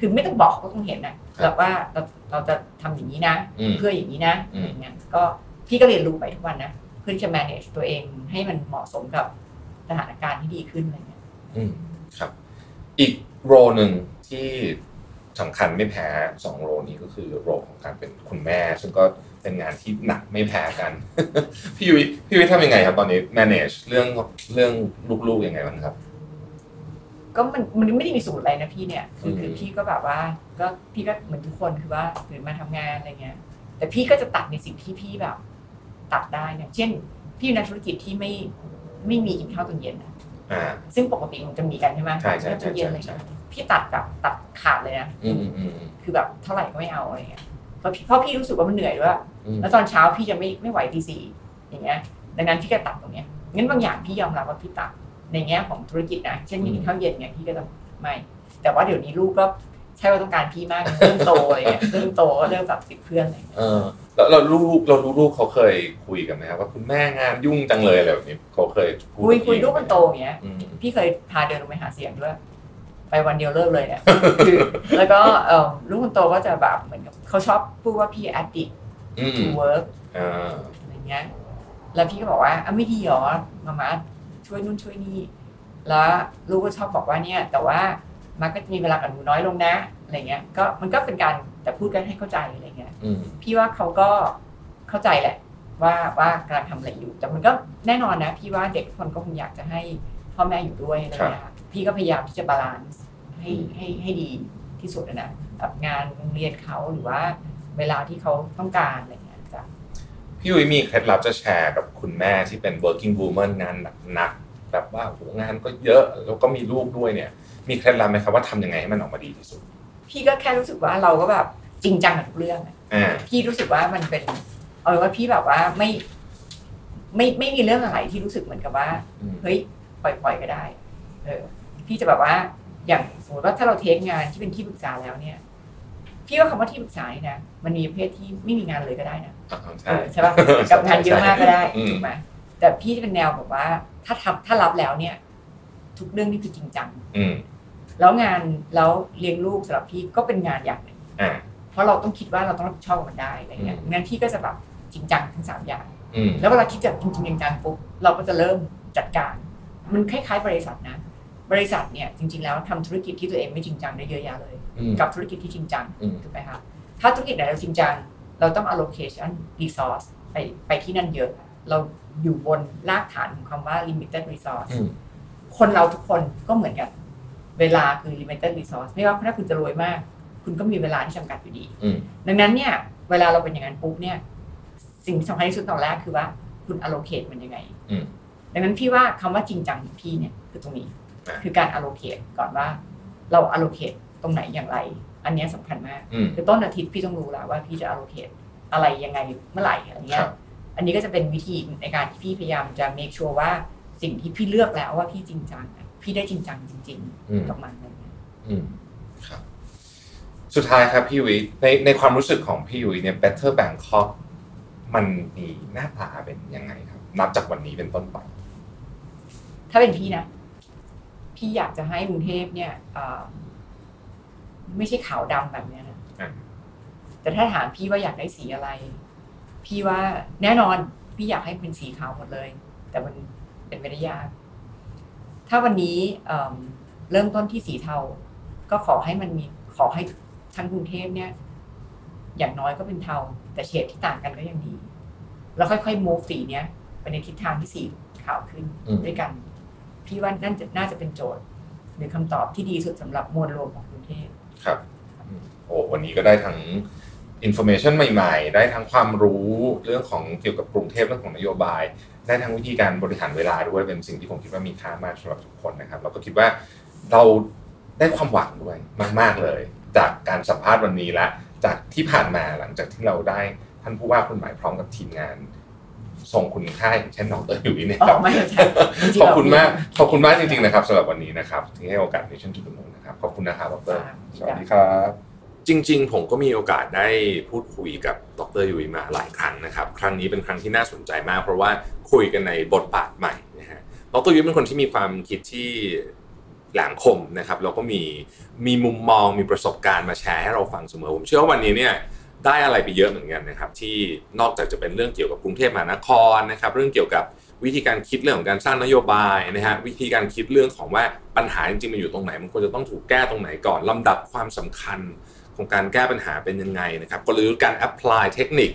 [SPEAKER 1] คือไม่ต้องบอกเขาก็คงเห็นนะ
[SPEAKER 2] ครั
[SPEAKER 1] แบบ บว่าเราเราจะทำอย่างนี้นะ
[SPEAKER 2] อืม
[SPEAKER 1] เพื่ออย่างนี้นะ
[SPEAKER 2] อื
[SPEAKER 1] อ
[SPEAKER 2] ม
[SPEAKER 1] ย่างเงี้ยก็พี่ก็เรียนรู้ไปทุกวันนะ เพื่อที่จะ manage ตัวเองให้มันเหมาะสมกับสถานการณ์ที่ดีขึ้นอะไรเงี้ย
[SPEAKER 2] อืมครับ อีกโรหนึ่งที่สำคัญไม่แพ้สองโรนี้ก็คือโรของการเป็นคุณแม่ ซึ่งก็เป็นงานที่หนักไม่แพ้กัน พี่วิพี่วิทำยังไงครับ ตอนนี้ manage เรื่องเรื่องลูกๆยังไงบ้างครับ
[SPEAKER 1] ก็มันมันไม่ได้มีสูตรอะไรนะพี่เนี่ยคือ
[SPEAKER 2] อืม
[SPEAKER 1] คือพี่ก็แบบว่าก็พี่ก็เหมือนทุกคนคือว่าตื่นมาทำงานอะไรเงี้ย แต่พี่ก็จะตัดในสิ่งที่พี่แบบ ตัดได้อย่างเช่น พี่เป็นนักธุรกิจที่ไม่ไม่มีกินข้าวตอนเย็นนะ
[SPEAKER 2] อ่า
[SPEAKER 1] ซึ่งปกติมันจะมีกันใช่ไหม
[SPEAKER 2] ใช่ใช่ใช่
[SPEAKER 1] เย็นอะไร
[SPEAKER 2] ใช่
[SPEAKER 1] เงี้ยพี่ตัดแบบตัดขาดเลยนะ
[SPEAKER 2] อืมอืมอืมอืม
[SPEAKER 1] คือแบบเท่าไหร่ก็ไม่เอาอะไรเงี้ยเพราะพี่เพราะพี่รู้สึกว่ามันเหนื่อยด้วย
[SPEAKER 2] อืม
[SPEAKER 1] แล้วตอนเช้าพี่จะไม่ไม่ไหวตีสี่อย่างเงี้ย ดังนั้นพี่ก็ตัดตรงเนี้ยงั้นบางอย่างพี่ยอมรับว่าพี่ตัดในแง่ของธุรกิจนะเช่นกินข้าวเย็นเนี่ยพี่ก็จะไม่ แต่ว่าเดี๋ยวนี้ลูกก็ใช่ว่าต้องการพี่มากเริ่มโตอะไรเงี้ยเริ่มโตเริ่มแบบติดเพื่อนอะไรเงี้ย
[SPEAKER 2] เออแล้วเราลูกเรารู้ลูกเขาเคยคุยกันไหมครับว่าคุณแม่งานยุ่งจังเลยอะไรแบบนี้เขาเคยพูด
[SPEAKER 1] คุยคุย
[SPEAKER 2] บ
[SPEAKER 1] ลูก
[SPEAKER 2] พี่
[SPEAKER 1] มันโตอย่างเงี้ย
[SPEAKER 2] อืม
[SPEAKER 1] พี่เคยพาเดินลงไปหาเสียงด้วย ไปวันเดียวเลิกเลยเนี่ย คือแล้วก็เอ่อลูกคนโตก็จะแบบเหมือนกับเขาชอบพูดว่าพี่ addict
[SPEAKER 2] อืม
[SPEAKER 1] to work
[SPEAKER 2] อ่า
[SPEAKER 1] อะไรเงี้ย แล้วพี่ก็บอกว่าอ่ะไม่ดีหรอมามาช่วยนู่นช่วยนี่ แล้วลูกก็ชอบบอกว่าเนี่ย แต่ว่ามาก็จะมีเวลากับหนูน้อยลงนะอะไรเงี้ย ก็มันก็เป็นการแต่พูดกันให้เข้าใจอะไรเงี้ย
[SPEAKER 2] อืม
[SPEAKER 1] พี่ว่าเขาก็เข้าใจแหละ ว่าว่ากำลังทำอะไรอยู่ แต่มันก็แน่นอนนะ พี่ว่าเด็กทุกคนก็คงอยากจะให้พ่อแม่อยู่ด้วยอะไรอย่างเงี้ยค่ะพี่ก็พยายามที่จะบาลานซ์ให้ให้ให้ดีที่สุดอะนะกับงานโรงเรียนเขาหรือว่าเวลาที่เขาต้องการอะไรอย่างเงี้ยจ้ะ
[SPEAKER 2] พี่วิมีเคล็ดลับจะแชร์กับคุณแม่ที่เป็น working woman งานหนักๆแบบว่าโหงานก็เยอะแล้วก็มีลูกด้วยเนี่ย มีเคล็ดลับไหมครับว่าทำยังไงให้มันออกมาดีที่สุด
[SPEAKER 1] พี่ก็แค่รู้สึกว่าเราก็แบบจริงจังกับทุกเรื่องอะ
[SPEAKER 2] อ่า
[SPEAKER 1] พี่รู้สึกว่ามันเป็นเอาเป็นว่าพี่แบบว่าไม่ ไม่ไม่มีเรื่องอะไรที่รู้สึกเหมือนกับว่า
[SPEAKER 2] อืม
[SPEAKER 1] เฮ้ยปล่อยปล่อยก็ได้ เออ พี่จะแบบว่า อย่างสมมติว่าถ้าเราเทคงานที่เป็นที่ปรึกษาแล้วเนี่ย พี่ว่าคำว่าที่ปรึกษานี่นะ มันมีประเภทที่ไม่มีงานเลยก็ได้นะ
[SPEAKER 2] อ่า
[SPEAKER 1] เออ
[SPEAKER 2] ใช่
[SPEAKER 1] ใช่ป่ะ กับงานเยอะมากก็ได้
[SPEAKER 2] อืม
[SPEAKER 1] ถูกไหมแต่พี่จะเป็นแนวแบบว่า ถ้าทำถ้ารับแล้วเนี่ย ทุกเรื่องนี่คือจริงจัง
[SPEAKER 2] อืม
[SPEAKER 1] แล้วงานแล้วเลี้ยงลูกสำหรับพี่ก็เป็นงานอย่างหนึ่ง
[SPEAKER 2] อ่า
[SPEAKER 1] เพราะเราต้องคิดว่าเราต้องรับผิดชอบกับมันได้อะไรเงี้ย
[SPEAKER 2] อืม
[SPEAKER 1] งั้นพี่ก็จะแบบจริงจังทั้งสามอย่าง
[SPEAKER 2] อืม
[SPEAKER 1] แล้วเวลาคิดแบบจริงๆจังๆปุ๊บเราก็จะเริ่มจัดการ มันคล้ายๆบริษัทนะ บริษัทเนี่ยจริงๆแล้วทำธุรกิจที่ตัวเองไม่จริงจังได้เยอะแยะเลย
[SPEAKER 2] อืม
[SPEAKER 1] กับธุรกิจที่จริงจัง
[SPEAKER 2] อืม
[SPEAKER 1] ถูกไหมคะถ้าธุรกิจไหนเราจริงจัง เราต้อง allocation resource ไปไปที่นั่นเยอะ เราอยู่บนรากฐานของคำว่า limited resource
[SPEAKER 2] อืม
[SPEAKER 1] คนเราทุกคนก็เหมือนกัน เวลาคือ limited resource ไม่ว่าถ้าคุณจะรวยมาก คุณก็มีเวลาที่จำกัดอยู่ดี
[SPEAKER 2] อืม
[SPEAKER 1] ดังนั้นเนี่ยเวลาเราเป็นอย่างนั้นปุ๊บเนี่ยสิ่งที่สำคัญที่สุดตอนแรกคือว่าคุณ allocate มันยังไง
[SPEAKER 2] อืม
[SPEAKER 1] ดังนั้นพี่ว่าคำว่าจริงจังของพี่เนี่ยคือตรงนี้
[SPEAKER 2] อ่ะ
[SPEAKER 1] คือการ allocate ก่อนว่าเรา allocate ตรงไหนอย่างไร อันเนี้ยสำคัญมาก
[SPEAKER 2] อืม
[SPEAKER 1] คือต้นอาทิตย์พี่ต้องรู้แล้วว่าพี่จะ allocate อะไรยังไงเมื่อไหร่อะไรเงี้
[SPEAKER 2] ครั
[SPEAKER 1] ย
[SPEAKER 2] บ
[SPEAKER 1] อันนี้ก็จะเป็นวิธีในการที่พี่พยายามจะ make sure ว่าสิ่งที่พี่เลือกแล้วว่าพี่จริงจังอะพี่ได้จริงจังจริง
[SPEAKER 2] อืม
[SPEAKER 1] ๆกับมันอะไรเงี้ย
[SPEAKER 2] อืมครับสุดท้ายครับพี่วิในในความรู้สึกของพี่วิเนี่ย Better Bangkok มันมีหน้าตาเป็นยังไงครับ นับจากวันนี้เป็นต้นไป
[SPEAKER 1] ถ้าเป็นพี่นะ พี่อยากจะให้กรุงเทพเนี่ยเอ่อไม่ใช่ขาวดำแบบเนี้ยนะ
[SPEAKER 2] อ่ะ
[SPEAKER 1] แต่ถ้าถามพี่ว่าอยากได้สีอะไร พี่ว่าแน่นอนพี่อยากให้เป็นสีขาวหมดเลย แต่มันเป็นไปได้ยาก ถ้าวันนี้เอิ่มเริ่มต้นที่สีเทา ก็ขอให้มันมีขอให้ทั้งกรุงเทพเนี่ย อย่างน้อยก็เป็นเทา แต่เฉดที่ต่างกันก็ยังดี แล้วค่อยๆ move สีเนี้ยไปในทิศทางที่สีขาวขึ้น
[SPEAKER 2] อืม
[SPEAKER 1] ด้วยกัน พี่ว่านั่นจะน่าจะเป็นโจทย์ หรือคำตอบที่ดีสุดสำหรับมวลรวมของกรุงเทพ
[SPEAKER 2] ครับอืมโอ้วันนี้ก็ได้ทั้ง information ใหม่ ๆ ได้ทั้งความรู้เรื่องของเกี่ยวกับกรุงเทพเรื่องของนโยบาย ได้ทั้งวิธีการบริหารเวลาด้วยเป็นสิ่งที่ผมคิดว่ามีค่ามากสำหรับทุกคนนะครับแล้วก็คิดว่าเราได้ความหวังด้วยมาก ๆเลย จากการสัมภาษณ์วันนี้และจากที่ผ่านมาหลังจากที่เราได้ท่านผู้ว่าคนใหม่พร้อมกับทีมงาน ทรงคุณค่าอย่างเช่นน้องเตยอยู่
[SPEAKER 1] อ
[SPEAKER 2] นี่ครั
[SPEAKER 1] อบ ไม่ใช่จริงๆ
[SPEAKER 2] ขอบคุณมาก
[SPEAKER 1] เร
[SPEAKER 2] ขอบคุณมากจริงๆนะครับสำหรับวันนี้นะครับที่ให้โอกาส Mission to the Moon นะครับ ขอบคุณนะครับดร
[SPEAKER 1] ครับ
[SPEAKER 2] สวัสดีครับ จริงๆ ผมก็มีโอกาสได้พูดคุยกับดรยุยมาหลายครั้งนะครับ ครั้งนี้เป็นครั้งที่น่าสนใจมาก เพราะว่าคุยกันในบทบาทใหม่นะฮะดรยุยเป็นคนที่มีความคิดที่แหลมคมนะครับแล้วก็มีมีมุมมองมีประสบการณ์มาแชร์ให้เราฟังเสมอผมเชื่อว่าวันนี้เนี่ย ได้อะไรไปเยอะเหมือนกันนะครับที่นอกจากจะเป็นเรื่องเกี่ยวกับกรุงเทพมหานครนะครับเรื่องเกี่ยวกับวิธีการคิดเรื่องของการสร้างนโยบายนะฮะวิธีการคิดเรื่องของว่าปัญหาจริงๆมันอยู่ตรงไหน มันควรจะต้องถูกแก้ตรงไหนก่อนลำดับความสำคัญของการแก้ปัญหาเป็นยังไงนะครับกลยุทธ์การ apply เทคนิค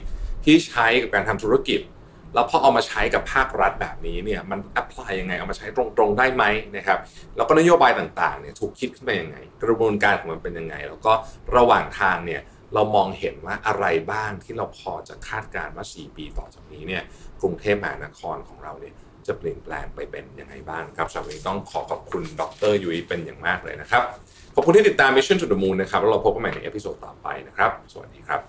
[SPEAKER 2] ที่ใช้กับการทำธุรกิจ แล้วพอเอามาใช้กับภาครัฐแบบนี้เนี่ยมัน apply ยังไงเอามาใช้ตรงๆได้ไหมนะครับ แล้วก็นโยบายต่างๆเนี่ยถูกคิดขึ้นมายังไง กระบวนการของมันเป็นยังไง แล้วก็ระหว่างทางเนี่ยเรามองเห็นว่าอะไรบ้างที่เราพอจะคาดการณ์ว่า 4 ปีต่อจากนี้เนี่ยกรุงเทพมหานครของเราเนี่ยจะเปลี่ยนแปลงไปเป็นยังไงบ้างครับสำหรับวันนี้ต้องขอขอบคุณดรยุ้ยเป็นอย่างมากเลยนะครับ ขอบคุณที่ติดตาม Mission to the Moon นะครับแล้วเราพบกันใหม่ในเอพิโซดต่อไปนะครับ สวัสดีครับ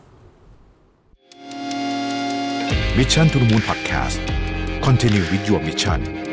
[SPEAKER 3] มิชชั่นทุ h มูลพอดแคสต์คอนเทนิววิดีโอมิชชั่น